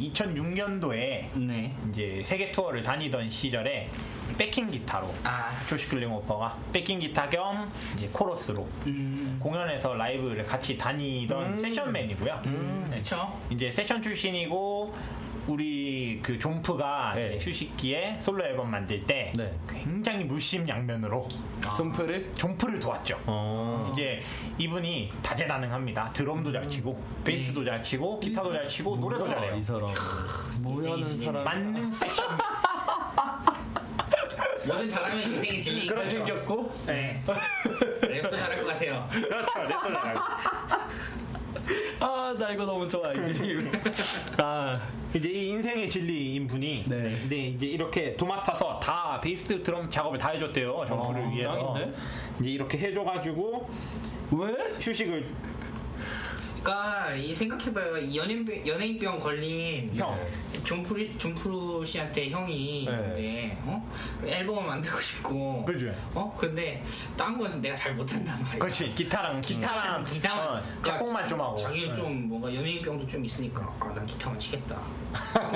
Speaker 3: 2006년도에
Speaker 5: 네.
Speaker 3: 이제 세계 투어를 다니던 시절에 백킹 기타로
Speaker 5: 아.
Speaker 3: 조시 클링호퍼가 백킹 기타 겸 이제 코러스로
Speaker 5: 음.
Speaker 3: 공연에서 라이브를 같이 다니던 세션맨이고요.
Speaker 5: 음, 그쵸?
Speaker 3: 이제 세션 출신이고 우리 그 종프가
Speaker 4: 네.
Speaker 3: 이제 휴식기에 솔로 앨범 만들 때
Speaker 4: 네.
Speaker 3: 굉장히 물심양면으로
Speaker 4: 점프를
Speaker 3: 종프를 도왔죠.
Speaker 4: 아. 어.
Speaker 3: 이제 이분이 다재다능합니다. 드럼도
Speaker 5: 음.
Speaker 3: 잘 치고 베이스도 잘 치고 기타도 잘 치고 노래도
Speaker 4: 뭐야,
Speaker 3: 잘해요.
Speaker 4: 음. 어, 이 사람. 뭐하는
Speaker 5: 이게
Speaker 4: 사람?
Speaker 3: 맞는 세션
Speaker 5: 뭐든 잘하면 인생이 진리.
Speaker 4: 그런 생겼고
Speaker 5: 네. 랩도 잘할 것 같아요.
Speaker 3: 그렇죠. 랩도 잘하고
Speaker 4: 아 나 이거 너무 좋아 이게. 아
Speaker 3: 이제 이 인생의 진리인 분이
Speaker 4: 네.
Speaker 3: 근데 이제 이렇게 도맡아서 다 베이스 드럼 작업을 다 해줬대요. 종프를
Speaker 4: 어,
Speaker 3: 위해서
Speaker 4: 짱인데?
Speaker 3: 이제 이렇게 해줘가지고
Speaker 4: 왜?
Speaker 3: 휴식을
Speaker 5: 그러니까 이 생각해봐요. 이 연예인병, 연예인병 걸린
Speaker 3: 형
Speaker 5: 존프리, 존프루 씨한테 형이
Speaker 4: 네.
Speaker 5: 이제 어? 앨범을 만들고 싶고
Speaker 3: 그죠.
Speaker 5: 어? 근데 딴 건 내가 잘 못한단 말이야.
Speaker 3: 그렇지 기타랑 기타랑 음.
Speaker 5: 기타만
Speaker 3: 어,
Speaker 5: 그러니까
Speaker 3: 작곡만 좀 하고 네.
Speaker 5: 자기는 좀 뭔가 연예인병도 좀 있으니까 아 난 기타만 치겠다.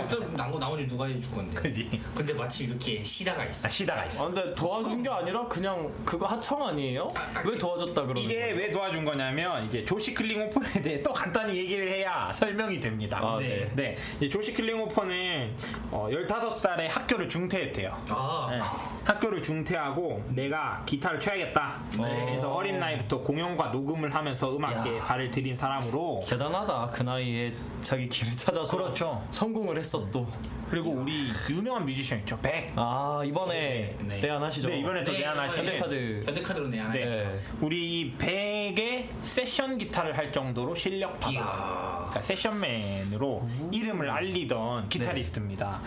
Speaker 5: 그럼 난거 나머지 누가 해줄 건데.
Speaker 3: 그지
Speaker 5: 근데 마치 이렇게 시다가 있어.
Speaker 3: 아, 시다가
Speaker 4: 아
Speaker 3: 있어
Speaker 4: 근데 도와준 게 아니라 그냥 그거 하청 아니에요? 왜 도와줬다 그러는
Speaker 3: 이게
Speaker 4: 거예요?
Speaker 3: 왜 도와준 거냐면 이게 조시 클링호폰에 대해 또 간단히 얘기를 해야 설명이 됩니다
Speaker 4: 아,
Speaker 3: 네.
Speaker 4: 네.
Speaker 3: 이 조시 클링호폰은 어, 15살에 학교를 중퇴했대요
Speaker 5: 아,
Speaker 3: 네. 학교를 중퇴하고 내가 기타를 쳐야겠다 그래서 어린 나이부터 공연과 녹음을 하면서 음악계에 발을 들인 사람으로
Speaker 4: 대단하다 그 나이에 자기 길을 찾아서
Speaker 3: 그렇죠.
Speaker 4: 성공을 했어 또.
Speaker 3: 그리고 우리 유명한 뮤지션 있죠 백
Speaker 4: 아 이번에
Speaker 5: 네, 네.
Speaker 4: 대안하시죠?
Speaker 3: 네, 이번에 또
Speaker 5: 네,
Speaker 3: 내한하시는
Speaker 4: 현대카드.
Speaker 5: 현대카드로 내야
Speaker 3: 네.
Speaker 4: 네.
Speaker 3: 우리 이 백의 세션 기타를 할 정도로 실력
Speaker 5: 이야.
Speaker 3: 파다. 그러니까 세션맨으로 이름을 알리던 기타리스트입니다.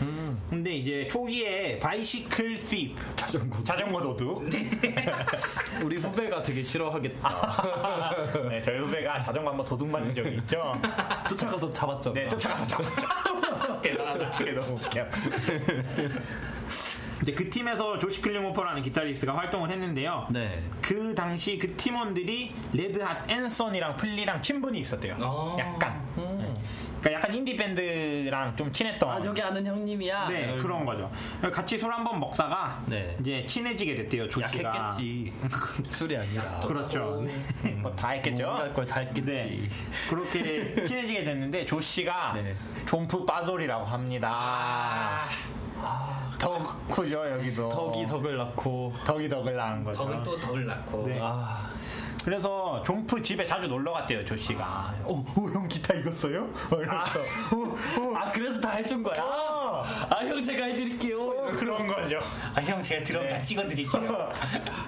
Speaker 3: 근데 이제 초기에 바이시클 스
Speaker 4: 자전거.
Speaker 3: 자전거 도둑.
Speaker 4: 우리 후배가 되게 싫어하겠다.
Speaker 3: 네, 저희 후배가 자전거 한번 도둑 맞은 적이 있죠.
Speaker 4: 쫓아가서 잡았잖아.
Speaker 3: 네, 쫓아가서 잡았죠. 대단하다. 그게 너무 웃겨. 이제 그 팀에서 조시 클링호퍼라는 기타리스트가 활동을 했는데요.
Speaker 4: 네.
Speaker 3: 그 당시 그 팀원들이 레드핫 앤선이랑 플리랑 친분이 있었대요.
Speaker 5: 아.
Speaker 3: 약간. 그러니까 약간 인디 밴드랑 좀 친했던.
Speaker 4: 음. 아 저기 아는 형님이야.
Speaker 3: 네
Speaker 4: 이런-
Speaker 3: 그런 거죠. 같이 술 한 번 먹다가
Speaker 4: 네.
Speaker 3: 이제 친해지게 됐대요. 조씨가.
Speaker 4: 약했겠지. 술이 아니라.
Speaker 3: 그렇죠. 뭐 다 했겠죠.
Speaker 4: 뭔가 걸다 했겠지.
Speaker 3: 네. 그렇게 친해지게 됐는데 조 씨가
Speaker 4: 네. 아.
Speaker 3: 존프 빠돌이라고 합니다. 아, 덕후죠 여기도.
Speaker 4: 덕이 덕을 낳고.
Speaker 3: 덕이 덕을 낳은 거죠.
Speaker 5: 덕은 또 덕을 낳고.
Speaker 3: 네.
Speaker 4: 아
Speaker 3: 그래서 존프 집에 자주 놀러 갔대요 조 씨가. 어, 어, 형 기타 익었어요? 막 이러면서. 어, 어.
Speaker 4: 아, 그래서 다 해준 거야.
Speaker 3: 어, 거죠?
Speaker 4: 아 형 제가 해드릴게요.
Speaker 3: 그런 거죠.
Speaker 5: 아 형 제가 드럼
Speaker 3: 네.
Speaker 5: 다 찍어드릴게요.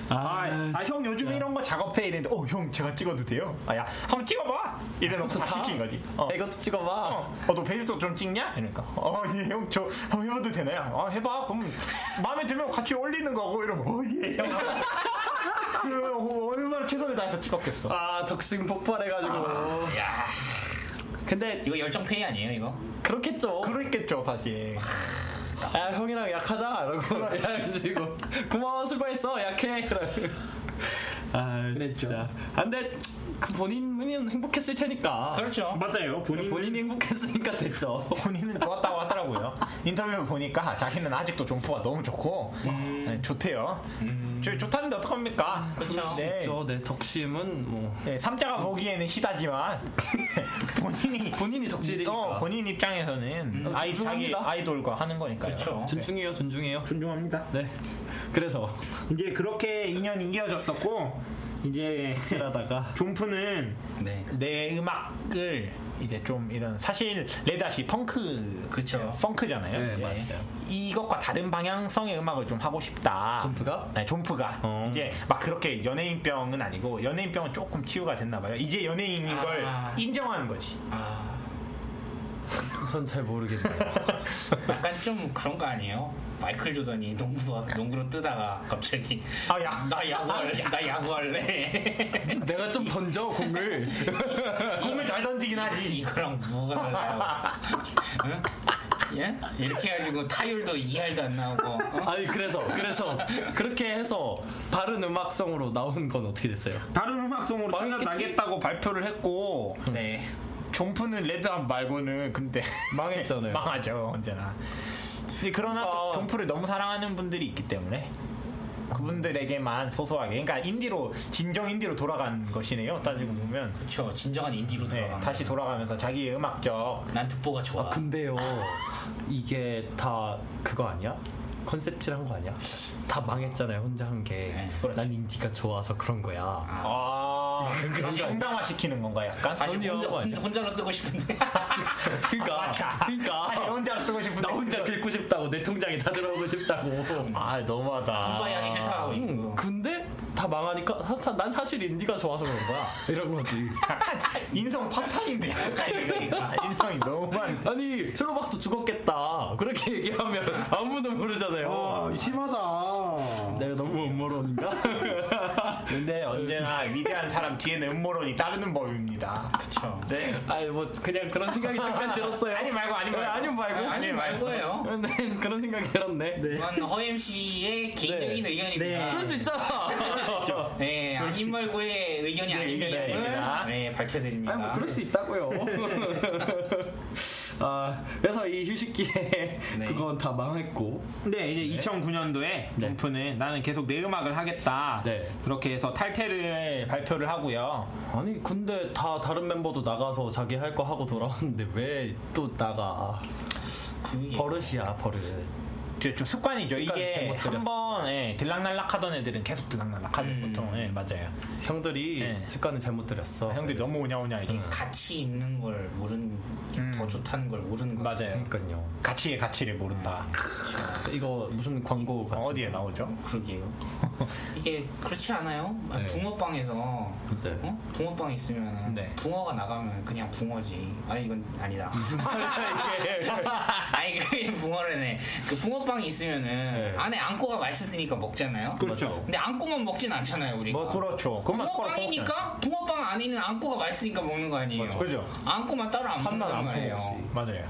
Speaker 3: 아, 아, 형 요즘 이런 거 작업해 이랬는데, 어, 형 제가 찍어도 돼요? 아, 야, 한번 찍어봐! 이래놓고 다 시킨 거지. 어.
Speaker 4: 야, 이것도 찍어봐.
Speaker 3: 어, 어, 너 베이스도 좀 찍냐? 이러니까. 어, 예, 형, 저, 한번 해봐도 되나요? 어, 해봐. 그럼, 마음에 들면 같이 올리는 거고, 이러면, 어, 예, 형. 그, 어, 얼마나 최선을 다해서 찍었겠어.
Speaker 4: 아 덕심 폭발해가지고. 아, 근데
Speaker 5: 이거 열정 페이 아니에요 이거?
Speaker 4: 그렇겠죠.
Speaker 3: 그랬겠죠, 사실.
Speaker 4: 야 형이랑 약하자 이러고 약해지고 고마워 수고했어 약해 이러고. 아 진짜 아, 근데 그 본인은 행복했을 테니까
Speaker 5: 그렇죠.
Speaker 6: 맞아요. 본인
Speaker 4: 본인이 행복했으니까 됐죠
Speaker 3: 본인은 좋았다고 하더라고요. 인터뷰 보니까 자기는 아직도 종포가 너무 좋고, 네, 좋대요. 저 좋다는데 어떡합니까?
Speaker 5: 그렇죠.
Speaker 3: 네.
Speaker 4: 음. 그렇죠 네 덕심은 뭐
Speaker 3: 네, 삼자가 보기에는 시다지만, 본인이,
Speaker 4: 본인이 덕질이니까 음,
Speaker 3: 어, 본인 입장에서는 아이, 자기
Speaker 4: 존중합니다.
Speaker 3: 아이돌과 하는 거니까요.
Speaker 5: 그렇죠.
Speaker 4: 존중해요 존중해요
Speaker 6: 존중합니다.
Speaker 4: 네 그래서
Speaker 6: 이제 그렇게 2년이 이어졌었고 이제
Speaker 4: 덕질하다가
Speaker 6: 존프는
Speaker 5: 네.
Speaker 3: 내 음악을 이제 좀 이런 사실 레다시 펑크
Speaker 5: 그쵸.
Speaker 3: 펑크잖아요.
Speaker 4: 네
Speaker 3: 예.
Speaker 4: 맞아요
Speaker 3: 이것과 다른 방향성의 음악을 좀 하고 싶다.
Speaker 4: 존프가?
Speaker 3: 네, 존프가
Speaker 4: 어.
Speaker 3: 이제 막 그렇게 연예인병은 아니고 연예인병은 조금 치유가 됐나 봐요. 이제 연예인인
Speaker 5: 아.
Speaker 3: 걸 인정하는 거지.
Speaker 5: 아
Speaker 4: 우선 잘 모르겠네요
Speaker 5: 약간 좀 그런 거 아니에요? 마이클 조던이 농구 농구로 뜨다가 갑자기
Speaker 3: 아, 야.
Speaker 5: 나 야구할래 나 야구할래
Speaker 4: 내가 좀 던져 공을
Speaker 3: 꿈을 잘 던지긴 하지.
Speaker 5: 이거랑 뭐가 달라요? 응? 예? 이렇게 해가지고 타율도 2할도 안 나오고 어?
Speaker 4: 아니 그래서 그래서 그렇게 해서 바른 음악성으로 나온 건 어떻게 됐어요?
Speaker 6: 다른 음악성으로
Speaker 4: 망했겠지.
Speaker 6: 나겠다고
Speaker 3: 발표를 했고
Speaker 5: 네.
Speaker 3: 존프는 레드함 말고는 근데
Speaker 4: 망했잖아요.
Speaker 3: 망하죠 언제나. 근데 그러나 또
Speaker 4: 아.
Speaker 3: 점프를 너무 사랑하는 분들이 있기 때문에 그분들에게만 소소하게 그러니까 인디로 진정 인디로 돌아간 것이네요 따지고 보면
Speaker 5: 그렇죠. 진정한 인디로
Speaker 3: 네,
Speaker 5: 들어가.
Speaker 3: 다시 그 돌아가면서 자기의 음악적
Speaker 5: 난 듣보가 좋아.
Speaker 4: 아 근데요 이게 다 그거 아니야? 컨셉질 한 거 아니야? 다 망했잖아요 혼자 한 게
Speaker 5: 네,
Speaker 4: 난 인디가 좋아서 그런 거야
Speaker 3: 아
Speaker 5: 그런 거
Speaker 3: 상담화 시키는 건가 약간
Speaker 5: 사실
Speaker 4: 아니요,
Speaker 5: 혼자,
Speaker 4: 아니요.
Speaker 5: 혼자, 혼자로 뜨고 싶은데
Speaker 3: 아.
Speaker 4: 아, 그러니까. 그니까
Speaker 3: 사실
Speaker 4: 그니까
Speaker 3: 혼자 뜨고 아, 싶은데
Speaker 4: 나 혼자 그- 긁고 싶다고 내 통장에 다 들어오고 싶다고
Speaker 3: 아 너무하다
Speaker 5: 공부하기 하기 싫다 하고
Speaker 3: 음.
Speaker 5: 있고.
Speaker 4: 근데 다 망하니까 사- 사- 난 사실 인디가 좋아서 그런 거야 이런 거지
Speaker 3: 인성 파탄인데 약간 이거 이거. 인성이 너무한데
Speaker 4: 아니 슬로박도 죽었겠다 그렇게 얘기하면 아무도 모르잖아요
Speaker 7: 아, 심하다.
Speaker 4: 내가 너무 음모론인가?
Speaker 3: 근데 언제나 위대한 사람 뒤에는 음모론이 따르는 법입니다
Speaker 5: 그렇죠.
Speaker 3: 네
Speaker 4: 아니 뭐 그냥 그런 생각이 잠깐 들었어요.
Speaker 3: 아니 말고, 네, 아니 말고.
Speaker 4: 아니 말고.
Speaker 5: 아니 말고요.
Speaker 4: 네, 그런 생각이 들었네. 네.
Speaker 5: 이건 허엠 씨의 개인적인
Speaker 3: 네.
Speaker 5: 의견입니다.
Speaker 4: 그럴 수 있잖아.
Speaker 5: 네, 아닌 말고의 의견이 아닌
Speaker 3: 네,
Speaker 5: 의견을
Speaker 3: 네.
Speaker 5: 네, 밝혀드립니다.
Speaker 4: 아니 뭐 그럴 수 있다고요. 아 그래서 이 휴식기에 그건 다 망했고
Speaker 6: 근데
Speaker 3: 네.
Speaker 6: 이제 2009년도에 존프는 나는 계속 내 음악을 하겠다
Speaker 4: 네.
Speaker 6: 그렇게 해서 탈퇴를 발표를 하고요
Speaker 4: 아니 근데 다 다른 멤버도 나가서 자기 할 거 하고 돌아왔는데 왜 또 나가?
Speaker 3: 예.
Speaker 5: 그게
Speaker 4: 버릇이야 버릇.
Speaker 3: 저- 좀 습관이죠.
Speaker 4: 습관이
Speaker 3: 이게
Speaker 4: 잘못 들였어.
Speaker 3: 한번 예, 들락날락하던 애들은 계속 들락날락하죠. 보통 예, 맞아요.
Speaker 4: 형들이
Speaker 3: 네.
Speaker 4: 습관을 잘못 들였어.
Speaker 3: 형들이 너무 오냐오냐 이게
Speaker 5: 음. 같이 있는 걸 모르는 게 더 좋다는 걸 모르는 거
Speaker 3: 맞아요.
Speaker 4: 그러니까요.
Speaker 3: 가치의 가치를 모른다.
Speaker 4: 이거 무슨 광고 같은
Speaker 3: 어디에 나오죠?
Speaker 5: 그러게요. 이게 그렇지 않아요? 아,
Speaker 4: 네.
Speaker 5: 붕어빵에서
Speaker 4: 네.
Speaker 5: 어? 붕어빵 있으면
Speaker 3: 네.
Speaker 5: 붕어가 나가면 그냥 붕어지. 아 이건 아니다. 예, 아니 그게 붕어래네. 그 붕어빵이 있으면은
Speaker 4: 네.
Speaker 5: 안에 앙꼬가 맛있으니까 먹잖아요.
Speaker 6: 그렇죠
Speaker 5: 근데 앙꼬만 먹진 않잖아요 우리가.
Speaker 3: 뭐 그렇죠. 그것만
Speaker 5: 붕어빵이니까 붕어빵 안에 있는 앙꼬가 맛있으니까 먹는 거 아니에요?
Speaker 3: 맞죠. 그죠.
Speaker 5: 앙꼬만 따로 안
Speaker 4: 판만
Speaker 5: 먹는단
Speaker 4: 안
Speaker 5: 말이에요.
Speaker 4: 먹지.
Speaker 3: 맞아요.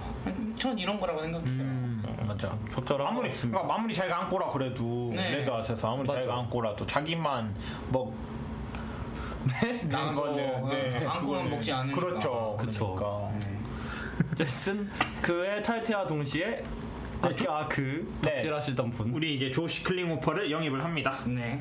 Speaker 5: 전 이런 거라고 생각해요.
Speaker 3: 음, 맞죠.
Speaker 4: 적절한
Speaker 3: 아무리
Speaker 6: 뭐
Speaker 4: 거.
Speaker 3: 그러니까 아무리 자기가 안 꼬라 그래도
Speaker 5: 네.
Speaker 3: 레드 아웃에서 아무리
Speaker 4: 맞죠.
Speaker 3: 자기가 안 꼬라도 자기만 뭐
Speaker 5: 나가서 어,
Speaker 3: 그거는, 네,
Speaker 5: 앙꼬만
Speaker 3: 그거는.
Speaker 5: 먹지 않으니까.
Speaker 3: 그렇죠.
Speaker 4: 그쵸.
Speaker 3: 그러니까.
Speaker 6: 음.
Speaker 4: 어쨌든 그의 탈퇴와 동시에 아까 그
Speaker 3: 네.
Speaker 4: 덕질하시던 분
Speaker 6: 우리 이제 조시 클링호퍼를 영입을 합니다
Speaker 5: 네.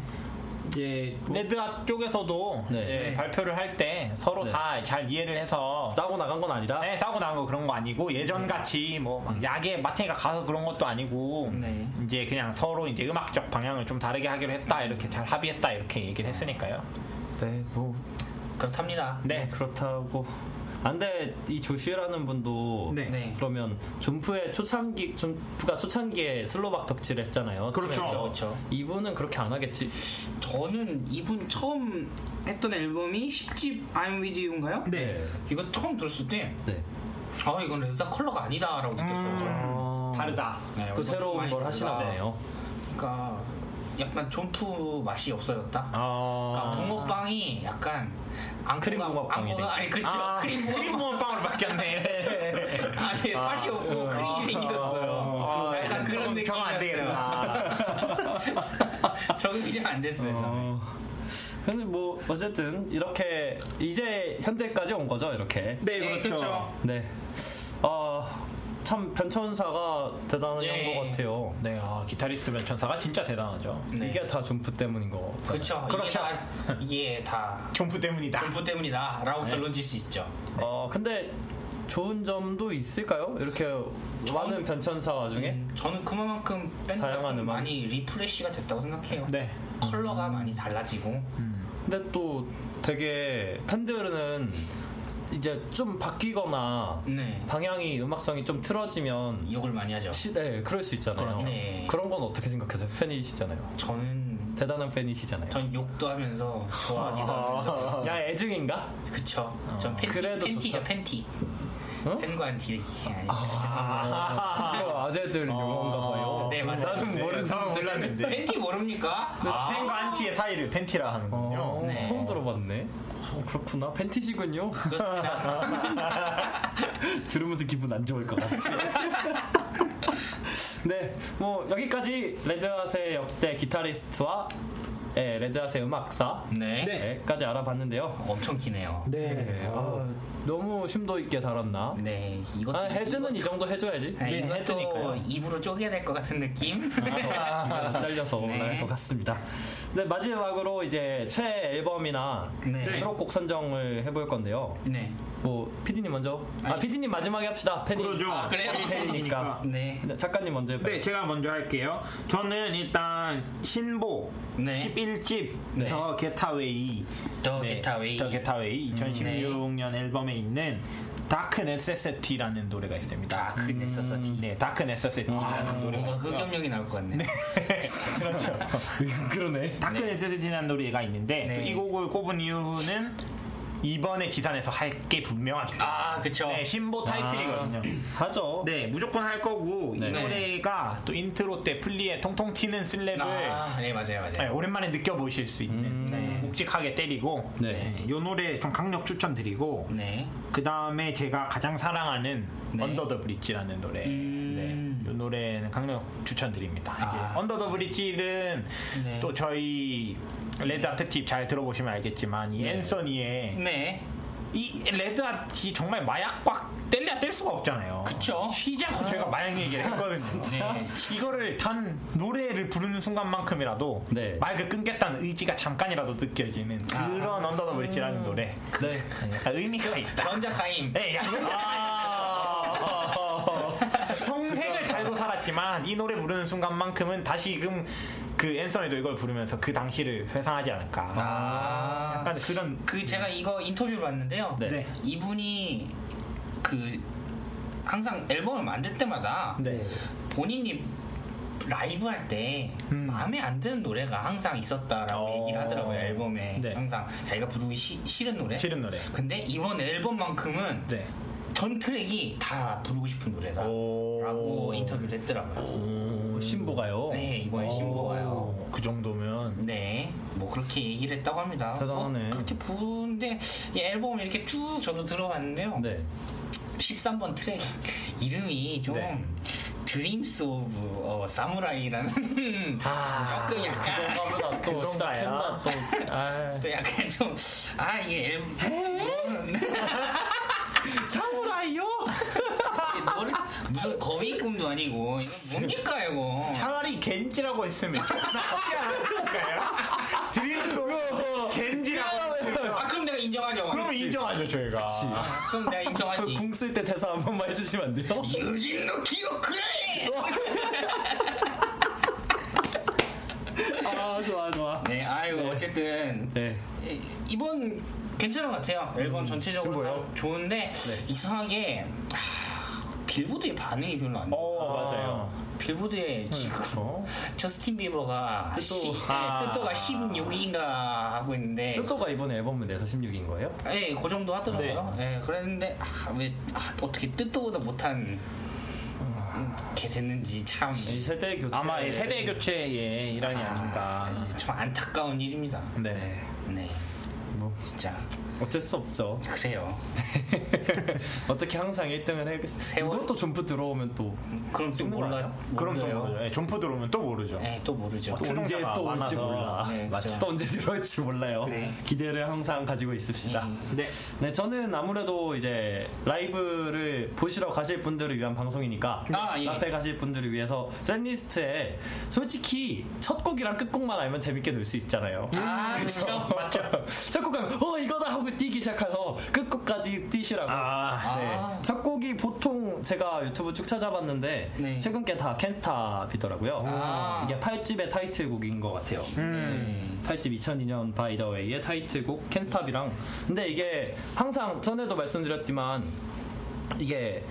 Speaker 6: 이제
Speaker 4: 뭐
Speaker 3: 레드 아웃 쪽에서도
Speaker 4: 네.
Speaker 3: 예,
Speaker 5: 네.
Speaker 3: 발표를 할 때 서로
Speaker 4: 네.
Speaker 3: 다 잘 이해를 해서
Speaker 4: 싸고 나간 건 아니다.
Speaker 3: 네, 싸고 나온 거 그런 거 아니고
Speaker 6: 네.
Speaker 3: 예전같이 뭐
Speaker 6: 음.
Speaker 3: 막 약에 마탱이가 가서 그런 것도 아니고
Speaker 5: 네.
Speaker 3: 이제 그냥 서로 이제 음악적 방향을 좀 다르게 하기로 했다
Speaker 6: 음.
Speaker 3: 이렇게 잘 합의했다 이렇게 얘기를 했으니까요.
Speaker 4: 네, 뭐
Speaker 5: 그렇답니다.
Speaker 3: 네.
Speaker 4: 그렇다고 안데 이 조슈라는 분도
Speaker 3: 네.
Speaker 5: 네.
Speaker 4: 그러면 존프의 초창기 존프가 초창기에 슬로박 덕질을 했잖아요.
Speaker 3: 그렇죠.
Speaker 4: 팀에서.
Speaker 5: 그렇죠.
Speaker 4: 이분은 그렇게 안 하겠지.
Speaker 5: 저는 이분 처음 했던 앨범이 10집 I'm With You인가요?
Speaker 3: 네.
Speaker 5: 이거 처음 들었을 때,
Speaker 4: 네.
Speaker 5: 아, 이건 레드다 컬러가 아니다라고 느꼈어요. 저는.
Speaker 3: 음. 다르다.
Speaker 5: 네,
Speaker 4: 또
Speaker 5: 완전
Speaker 4: 새로운
Speaker 5: 많이
Speaker 4: 걸 하시나
Speaker 5: 다르다.
Speaker 4: 보네요.
Speaker 5: 그러니까 약간 존프 맛이
Speaker 3: 아,
Speaker 5: 없어졌다. 그러니까 붕어빵이 약간 앙코가,
Speaker 4: 아. 크림 붕어빵이
Speaker 5: 앙코가 아니 그렇죠. 크림 붕어빵
Speaker 3: 빵으로 바뀌었네.
Speaker 5: 아니 아. 맛이 없고 크림이
Speaker 4: 아.
Speaker 5: 생겼어요. 약간 그런
Speaker 3: 정- 정안 아.
Speaker 5: 느낌이었어요. 적응이 안 됐어요. 저는.
Speaker 4: 근데 뭐 어쨌든 이렇게 이제 현대까지 온 거죠 이렇게.
Speaker 3: 네,
Speaker 5: 네,
Speaker 3: 그렇죠.
Speaker 4: 네. 아, 참 변천사가 대단한
Speaker 5: 예.
Speaker 4: 것 같아요.
Speaker 8: 네, 아, 기타리스트 변천사가 진짜 대단하죠.
Speaker 5: 네.
Speaker 4: 이게 다 존프 때문인 거.
Speaker 5: 그렇죠. 이게
Speaker 8: 그렇죠.
Speaker 5: 다 이게 다
Speaker 8: 점프 때문이다.
Speaker 3: 네,
Speaker 5: 존프 때문이다라고
Speaker 4: 네.
Speaker 5: 결론 질 수 있죠.
Speaker 4: 어, 근데 좋은 점도 있을까요? 이렇게 많은 변천사 중에
Speaker 5: 음, 저는 그만큼 밴드가
Speaker 4: 다양한
Speaker 5: 좀
Speaker 4: 음악.
Speaker 5: 많이 리프레시가 됐다고 생각해요.
Speaker 8: 네.
Speaker 5: 컬러가 많이 달라지고
Speaker 4: 음. 근데 또 되게 팬들은 이제 좀 바뀌거나
Speaker 5: 네.
Speaker 4: 방향이 음악성이 좀 틀어지면
Speaker 5: 욕을 많이 하죠.
Speaker 4: 시, 네, 그럴 수 있잖아요.
Speaker 5: 그렇죠. 네.
Speaker 4: 그런 건 어떻게 생각하세요? 팬이시잖아요.
Speaker 5: 저는
Speaker 4: 대단한 팬이시잖아요.
Speaker 5: 전 욕도 하면서 좋아하기도 하면서
Speaker 4: 야 애증인가?
Speaker 5: 그쵸. 전 팬티,
Speaker 4: 그래도
Speaker 5: 팬티죠
Speaker 4: 좋다.
Speaker 5: 팬티.
Speaker 4: 어?
Speaker 5: 팬과 티. 예, 아니, 죄송합니다.
Speaker 4: 이거 아재들 용어인가 봐요.
Speaker 5: 네 맞아요. 네.
Speaker 4: 나는 모르는
Speaker 8: 사람 몰랐는데.
Speaker 5: 팬티 모릅니까?
Speaker 3: 네.
Speaker 5: 아,
Speaker 8: 팬과 안티의 사이를 팬티라 하는군요.
Speaker 4: 어,
Speaker 5: 네.
Speaker 4: 처음 들어봤네. 어, 그렇구나. 팬티시군요. 들으면서 기분 안 좋을 것 같아. 네, 뭐 여기까지 레드아스의 역대 기타리스트와 예, 레드아스의 음악사까지
Speaker 5: 네.
Speaker 4: 알아봤는데요.
Speaker 5: 엄청 기네요.
Speaker 9: 네.
Speaker 4: 아, 너무 심도 있게 다뤘나?
Speaker 5: 네. 이것
Speaker 4: 아, 헤드는 이 정도 해줘야지.
Speaker 5: 네,
Speaker 8: 네,
Speaker 5: 이것도
Speaker 8: 헤드니까요.
Speaker 5: 입으로 쪼개야 될 것 같은 느낌.
Speaker 4: 아. 안 잘려서
Speaker 5: 네.
Speaker 4: 나갈 것 같습니다. 네, 마지막으로 이제 최애 앨범이나
Speaker 5: 네.
Speaker 4: 수록곡 선정을 해볼 건데요.
Speaker 5: 네.
Speaker 4: 뭐 PD님 먼저. 아
Speaker 5: 아니.
Speaker 4: PD님 마지막에 합시다. 팬이
Speaker 3: 그러죠.
Speaker 5: 아, 그래요?
Speaker 4: 팬이니까.
Speaker 5: 네.
Speaker 4: 네, 작가님 먼저 해봐요.
Speaker 3: 네, 제가 먼저 할게요. 저는 일단 신보
Speaker 5: 네.
Speaker 3: 11집
Speaker 4: 네.
Speaker 3: 더 게타웨이 네,
Speaker 5: 더 게타웨이. 음, 네.
Speaker 3: 더 게타웨이 2016년 앨범에 있는 다크 네세세티라는 노래가 있습니다.
Speaker 5: 아, 그 넥서서티.
Speaker 3: 네, 다크 네세세티.
Speaker 5: 아, 뭔가 흑염력이 나올 것 같네.
Speaker 3: 그렇죠.
Speaker 4: 그러네.
Speaker 3: 다크 네세세티라는 노래가 있는데
Speaker 5: 네.
Speaker 3: 또이 곡을 꼽은 이유는 이번에 기사에서 할 게 분명합니다.
Speaker 5: 아, 그쵸.
Speaker 3: 네, 신보 타이틀이거든요.
Speaker 4: 하죠.
Speaker 3: 네, 무조건 할 거고 이
Speaker 5: 아. 네.
Speaker 3: 노래가 또 인트로 때 플리에 통통 튀는 슬랩을
Speaker 5: 아, 네, 맞아요,
Speaker 3: 네,
Speaker 5: 맞아요.
Speaker 3: 오랜만에 느껴보실 수 있는
Speaker 5: 네.
Speaker 3: 묵직하게 때리고
Speaker 4: 네.
Speaker 3: 네, 이 노래 좀 강력 추천드리고
Speaker 5: 네.
Speaker 3: 그 다음에 제가 가장 사랑하는
Speaker 5: 네.
Speaker 3: 언더 더 브릿지라는 노래
Speaker 5: 음.
Speaker 3: 네, 이 노래는 강력 추천드립니다
Speaker 5: 아.
Speaker 3: 이게 언더 더 브릿지는
Speaker 5: 네.
Speaker 3: 또 저희 레드아 특집 잘 들어보시면 알겠지만 이 앤서니의
Speaker 5: 네.
Speaker 3: 이 레드아이 정말 마약 꽉 뗄래야 뗄 수가 없잖아요
Speaker 5: 그쵸. 아,
Speaker 3: 희자고 저희가 마약 얘기를 했거든요
Speaker 5: 네.
Speaker 3: 이거를 단 노래를 부르는 순간만큼이라도
Speaker 4: 네.
Speaker 3: 마이크 끊겠다는 의지가 잠깐이라도 느껴지는
Speaker 5: 아.
Speaker 3: 그런 언더더 브릿지라는 노래
Speaker 4: 네.
Speaker 3: 약간
Speaker 5: 그
Speaker 3: 의미가 있다
Speaker 5: 전자타임.
Speaker 3: 네, 약간
Speaker 5: 그, 아.
Speaker 3: 평생을 달고 살았지만 이 노래 부르는 순간만큼은 다시금 그 앤서니도 이걸 부르면서 그 당시를 회상하지 않을까
Speaker 5: 아.
Speaker 3: 약간 그런
Speaker 5: 그 제가 이거 인터뷰를 봤는데요.
Speaker 4: 네.
Speaker 3: 네.
Speaker 5: 이분이 그 항상 앨범을 만들 때마다
Speaker 3: 네.
Speaker 5: 본인이 라이브 할 때 마음에 안 드는 노래가 항상 있었다라고
Speaker 3: 어.
Speaker 5: 얘기를 하더라고요 앨범에
Speaker 3: 네.
Speaker 5: 항상 자기가 부르기 시- 싫은 노래
Speaker 3: 싫은 노래.
Speaker 5: 근데 이번 앨범만큼은
Speaker 3: 네.
Speaker 5: 전 트랙이 다 부르고 싶은
Speaker 3: 오.
Speaker 5: 노래다라고 인터뷰를 했더라고요
Speaker 4: 신보가요.
Speaker 5: 네 이번에 신보가요
Speaker 3: 어, 그 정도면
Speaker 5: 네, 뭐 그렇게 얘기를 했다고 합니다.
Speaker 4: 대단하네.
Speaker 5: 뭐 그렇게 보는데 이 앨범을 이렇게 쭉 저도 들어봤는데요.
Speaker 4: 네.
Speaker 5: 13번 트랙 이름이 좀
Speaker 3: 네.
Speaker 5: 드림스 오브 어, 사무라이라는
Speaker 4: 아.
Speaker 5: 조금 약간
Speaker 3: 그
Speaker 4: 또 시작했나 또. 아,
Speaker 5: 또 약간 좀 아 이게 앨범
Speaker 4: 사무라이요?
Speaker 5: 노래 무슨 거미 꿈도 아니고 이건 뭡니까 이거
Speaker 3: 차라리 겐지라고 했으면 낫지 않을까요? 드림소로 겐지라고
Speaker 5: 아 그럼 내가 인정하죠
Speaker 3: 그러면 인정하죠 저희가
Speaker 5: 아, 그럼 내가 인정하지
Speaker 4: 궁쓸 때 대사 한 번만 해주시면 안 돼요?
Speaker 5: 유진 너 기억해
Speaker 4: 아 좋아 좋아.
Speaker 3: 아,
Speaker 5: 네 아이고 어쨌든
Speaker 4: 네.
Speaker 5: 이- 이번 괜찮은 것 같아요. 앨범 전체적으로
Speaker 4: 좋은
Speaker 5: 다
Speaker 4: 거예요?
Speaker 5: 좋은데 이상하게 아, 빌보드의 반응이 별로 안 돼. 요
Speaker 3: 어 맞아요.
Speaker 5: 빌보드에 지금 저스틴 비버가
Speaker 4: 뜻도-
Speaker 5: 시- 네,
Speaker 3: 아.
Speaker 5: 뜻도가 16인가 하고 있는데
Speaker 4: 뜻도가 이번에 앨범을 내서 16인 거예요?
Speaker 5: 예, 그 정도 하더라고요. 예, 그랬는데 아, 왜 아, 어떻게 뜻도보다 못한 게 됐는지 참
Speaker 4: 이
Speaker 5: 좀
Speaker 4: 세대 교체
Speaker 3: 아마 이 세대 교체의 일환이 아닌가.
Speaker 5: 안타까운 일입니다.
Speaker 3: 네.
Speaker 5: 네, 진짜
Speaker 4: 어쩔 수 없죠.
Speaker 5: 그래요.
Speaker 4: 어떻게 항상 1등을 해야겠어.
Speaker 5: 세월-
Speaker 4: 누가 또 점프 들어오면 또
Speaker 5: 그럼 또 몰라.
Speaker 3: 그럼 또
Speaker 5: 몰라요.
Speaker 3: 모르죠. 예, 점프 들어오면 또 모르죠.
Speaker 5: 예, 또 모르죠.
Speaker 3: 또
Speaker 4: 언제
Speaker 3: 추종자가
Speaker 4: 또 올지
Speaker 3: 많아서.
Speaker 4: 몰라.
Speaker 5: 네, 맞아요.
Speaker 4: 또 언제 들어올지 몰라요.
Speaker 5: 네.
Speaker 4: 기대를 항상 가지고 있읍시다.
Speaker 3: 네.
Speaker 4: 네, 저는 아무래도 이제 라이브를 보시러 가실 분들을 위한 방송이니까
Speaker 5: 아, 예.
Speaker 4: 카페 가실 분들을 위해서 셀리스트에 솔직히 첫 곡이랑 끝곡만 알면 재밌게 놀 수 있잖아요.
Speaker 5: 아, 그렇죠.
Speaker 4: 맞죠? 첫 곡 가면 어 이거다 하고 뛰기 시작해서 끝곡까지 뛰시라고.
Speaker 3: 아,
Speaker 4: 네.
Speaker 5: 아.
Speaker 4: 첫 곡이 보통 제가 유튜브 쭉 찾아봤는데
Speaker 5: 네.
Speaker 4: 최근 게 다 캔스탑이더라고요.
Speaker 5: 아. 음.
Speaker 4: 이게 8집의 타이틀곡인 것 같아요. 네. 팔집 2002년 바이더웨이의 타이틀곡 캔스탑이랑 근데 이게 항상 전에도 말씀드렸지만 이게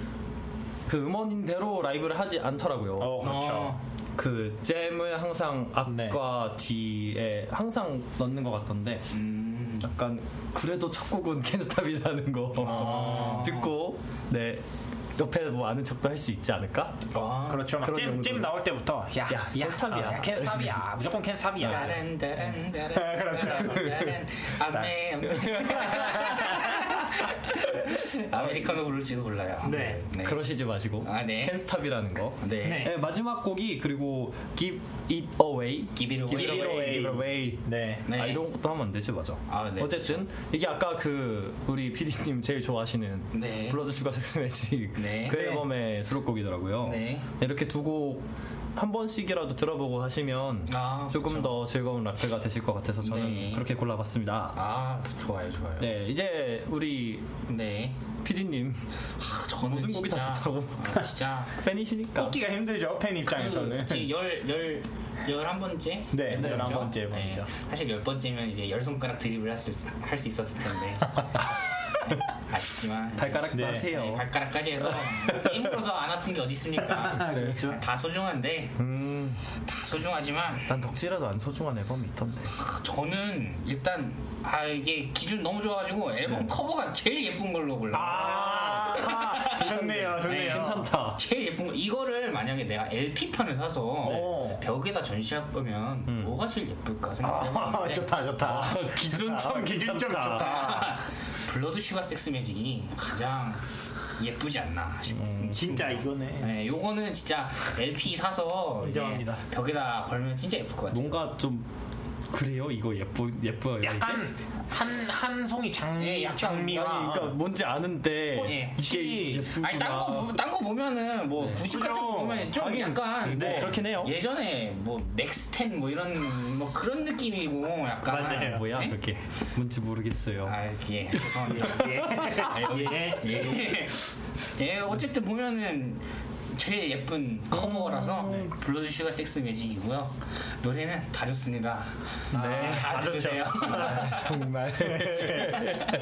Speaker 4: 그 음원인대로 라이브를 하지 않더라고요.
Speaker 3: 어 그렇죠.
Speaker 4: 그 잼을 항상
Speaker 3: 네.
Speaker 4: 앞과 뒤에 항상 넣는 것 같던데
Speaker 5: 음.
Speaker 4: 약간 그래도 첫 곡은 캔스탑이라는 거
Speaker 5: 아.
Speaker 4: 듣고 네 옆에 뭐 아는 척도 할 수 있지 않을까?
Speaker 5: 아,
Speaker 3: 그렇죠. 막
Speaker 4: 그런
Speaker 3: 잼, 잼
Speaker 4: 용도로.
Speaker 3: 나올 때부터 야,
Speaker 4: 야, 캔스탑이야.
Speaker 3: 아, 캔스탑이야. 무조건 캔스탑이야.
Speaker 5: 따란 따란 따란 따란
Speaker 4: 그렇죠.
Speaker 5: 아메 아메 아메리카노 부를지도 몰라요.
Speaker 3: 네.
Speaker 4: 그러시지 마시고
Speaker 5: 아, 네.
Speaker 4: 캔스탑이라는 거.
Speaker 5: 네.
Speaker 4: 네, 마지막 곡이 그리고 Give It Away,
Speaker 5: Give It Away.
Speaker 4: Give It Away, Give It Away.
Speaker 3: 네.
Speaker 5: 네.
Speaker 4: 아 이런 것도 하면 안 되지 맞아.
Speaker 5: 아, 네.
Speaker 4: 어쨌든 이게 아까 그 우리 PD님 제일 좋아하시는
Speaker 5: 네.
Speaker 4: 블러드 슈가 섹스 매직
Speaker 5: 네.
Speaker 4: 그
Speaker 5: 네.
Speaker 4: 앨범의 수록곡이더라고요.
Speaker 5: 네.
Speaker 4: 이렇게 두고 한 번씩이라도 들어보고 하시면
Speaker 5: 아,
Speaker 4: 조금 더 즐거운 라페가 되실 것 같아서 저는
Speaker 5: 네.
Speaker 4: 그렇게 골라봤습니다.
Speaker 5: 아 좋아요 좋아요. 네.
Speaker 4: 네 이제 우리 PD님
Speaker 5: 아, 저는
Speaker 4: 모든 곡이 다
Speaker 5: 진짜-
Speaker 4: 좋다고. 네,
Speaker 5: 아, 진짜
Speaker 4: 팬이시니까
Speaker 3: 뽑기가 힘들죠 팬 입장에서는.
Speaker 5: 그, 지금 열열 열한 번째.
Speaker 3: 네, 11번째
Speaker 5: 네.
Speaker 3: 번이죠.
Speaker 5: 사실 열 번째면 이제 열 손가락 드립을 할수 할 수 있었을 텐데. 네, 아쉽지만
Speaker 4: 발가락
Speaker 3: 네.
Speaker 4: 마세요.
Speaker 5: 네, 발가락까지 해서 뭐 게임으로서 안 아픈 게 어디 있습니까? 다 소중한데
Speaker 3: 음.
Speaker 5: 다 소중하지만
Speaker 4: 난 덕질이라도 안 소중한 앨범이 있던데.
Speaker 5: 저는 일단 아 이게 기준 너무 좋아가지고 앨범
Speaker 3: 네.
Speaker 5: 커버가 제일 예쁜 걸로 골라.
Speaker 3: 아, 좋네요, 좋네요. 아.
Speaker 4: 괜찮다.
Speaker 5: 제일 예쁜 거 이거를 만약에 내가 LP 판을 사서
Speaker 3: 오.
Speaker 5: 벽에다 전시할 거면
Speaker 3: 음.
Speaker 5: 뭐가 제일 예쁠까
Speaker 3: 아,
Speaker 5: 생각해봤는데 네.
Speaker 3: 좋다, 좋다.
Speaker 4: 기준
Speaker 3: 아,
Speaker 4: 참
Speaker 3: 기준 좀
Speaker 4: 괜찮다.
Speaker 3: 좋다.
Speaker 5: 블러드 슈가 섹스 매직이 가장 예쁘지 않나 싶어요.
Speaker 3: 음. 진짜 이거네.
Speaker 5: 네, 요거는 진짜 LP 사서 이제
Speaker 3: 인정합니다.
Speaker 5: 벽에다 걸면 진짜 예쁠 것 같아요.
Speaker 4: 뭔가 좀 그래요 이거 예뻐 예뻐요 이게?
Speaker 3: 약간 한, 한 송이 장미,
Speaker 5: 예, 약간
Speaker 3: 장미와
Speaker 4: 아니, 그러니까 뭔지 아는데
Speaker 5: 예.
Speaker 4: 이게
Speaker 3: 혹시-
Speaker 4: 예쁘구나
Speaker 5: 아니 딴 거 딴 거 보면은 뭐 구십 같은 거 보면 좀
Speaker 4: 하긴,
Speaker 5: 약간
Speaker 4: 네,
Speaker 5: 뭐
Speaker 4: 그렇긴 해요.
Speaker 5: 예전에 뭐 맥스텐 뭐 이런 뭐 그런 느낌이고 약간
Speaker 3: 맞아요.
Speaker 4: 뭐야
Speaker 5: 예?
Speaker 4: 그게 뭔지 모르겠어요
Speaker 5: 아, 예, 죄송합니다.
Speaker 3: 예.
Speaker 5: 예. 예, 어쨌든 보면은 제일 예쁜 커버라서 블러드 슈가 섹스 매직이고요. 노래는 다 좋습니다. 네, 다 들으세요.
Speaker 4: 정말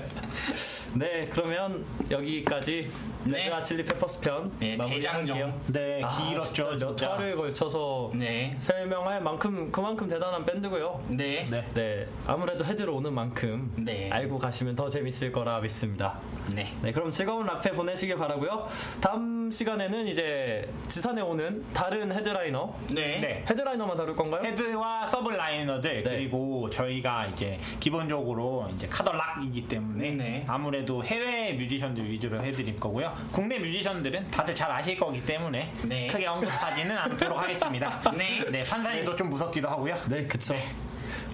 Speaker 4: 네 그러면 여기까지
Speaker 5: 네.
Speaker 4: 레드아 칠리 페퍼스 편
Speaker 5: 네, 대장정.
Speaker 4: 마무리할게요
Speaker 3: 네,
Speaker 4: 아,
Speaker 3: 길었죠.
Speaker 4: 진짜 몇
Speaker 3: 진짜.
Speaker 4: 차례에 걸쳐서
Speaker 5: 네.
Speaker 4: 설명할 만큼 그만큼 대단한 밴드고요
Speaker 5: 네. 네.
Speaker 3: 네.
Speaker 4: 네 아무래도 헤드로 오는 만큼
Speaker 5: 네.
Speaker 4: 알고 가시면 더 재밌을 거라 믿습니다 네, 그럼 즐거운 라페 보내시길 바라고요. 다음 시간에는 이제 지산에 오는 다른 헤드라이너,
Speaker 5: 네.
Speaker 3: 네.
Speaker 4: 헤드라이너만 다룰 건가요?
Speaker 3: 헤드와 서블라이너들
Speaker 4: 네.
Speaker 3: 그리고 저희가 이제 기본적으로 이제 카더락이기 때문에
Speaker 5: 네.
Speaker 3: 아무래도 해외 뮤지션들 위주로 해드릴 거고요. 국내 뮤지션들은 다들 잘 아실 거기 때문에
Speaker 5: 네.
Speaker 3: 크게 언급하지는 않도록 하겠습니다.
Speaker 5: 네.
Speaker 3: 판사님도 좀 무섭기도 하고요.
Speaker 4: 네, 그쵸.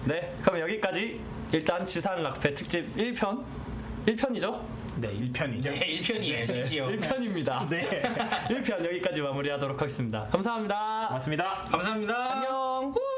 Speaker 4: 네. 그럼 여기까지 일단 지산 라페 특집 1편. 1편이죠?
Speaker 3: 네, 1편이죠.
Speaker 5: 네, 1편이에요,
Speaker 4: 예.
Speaker 5: 심지어.
Speaker 4: 1편입니다.
Speaker 3: 네.
Speaker 4: 1편 여기까지 마무리하도록 하겠습니다. 감사합니다.
Speaker 3: 고맙습니다.
Speaker 5: 감사합니다.
Speaker 4: 안녕.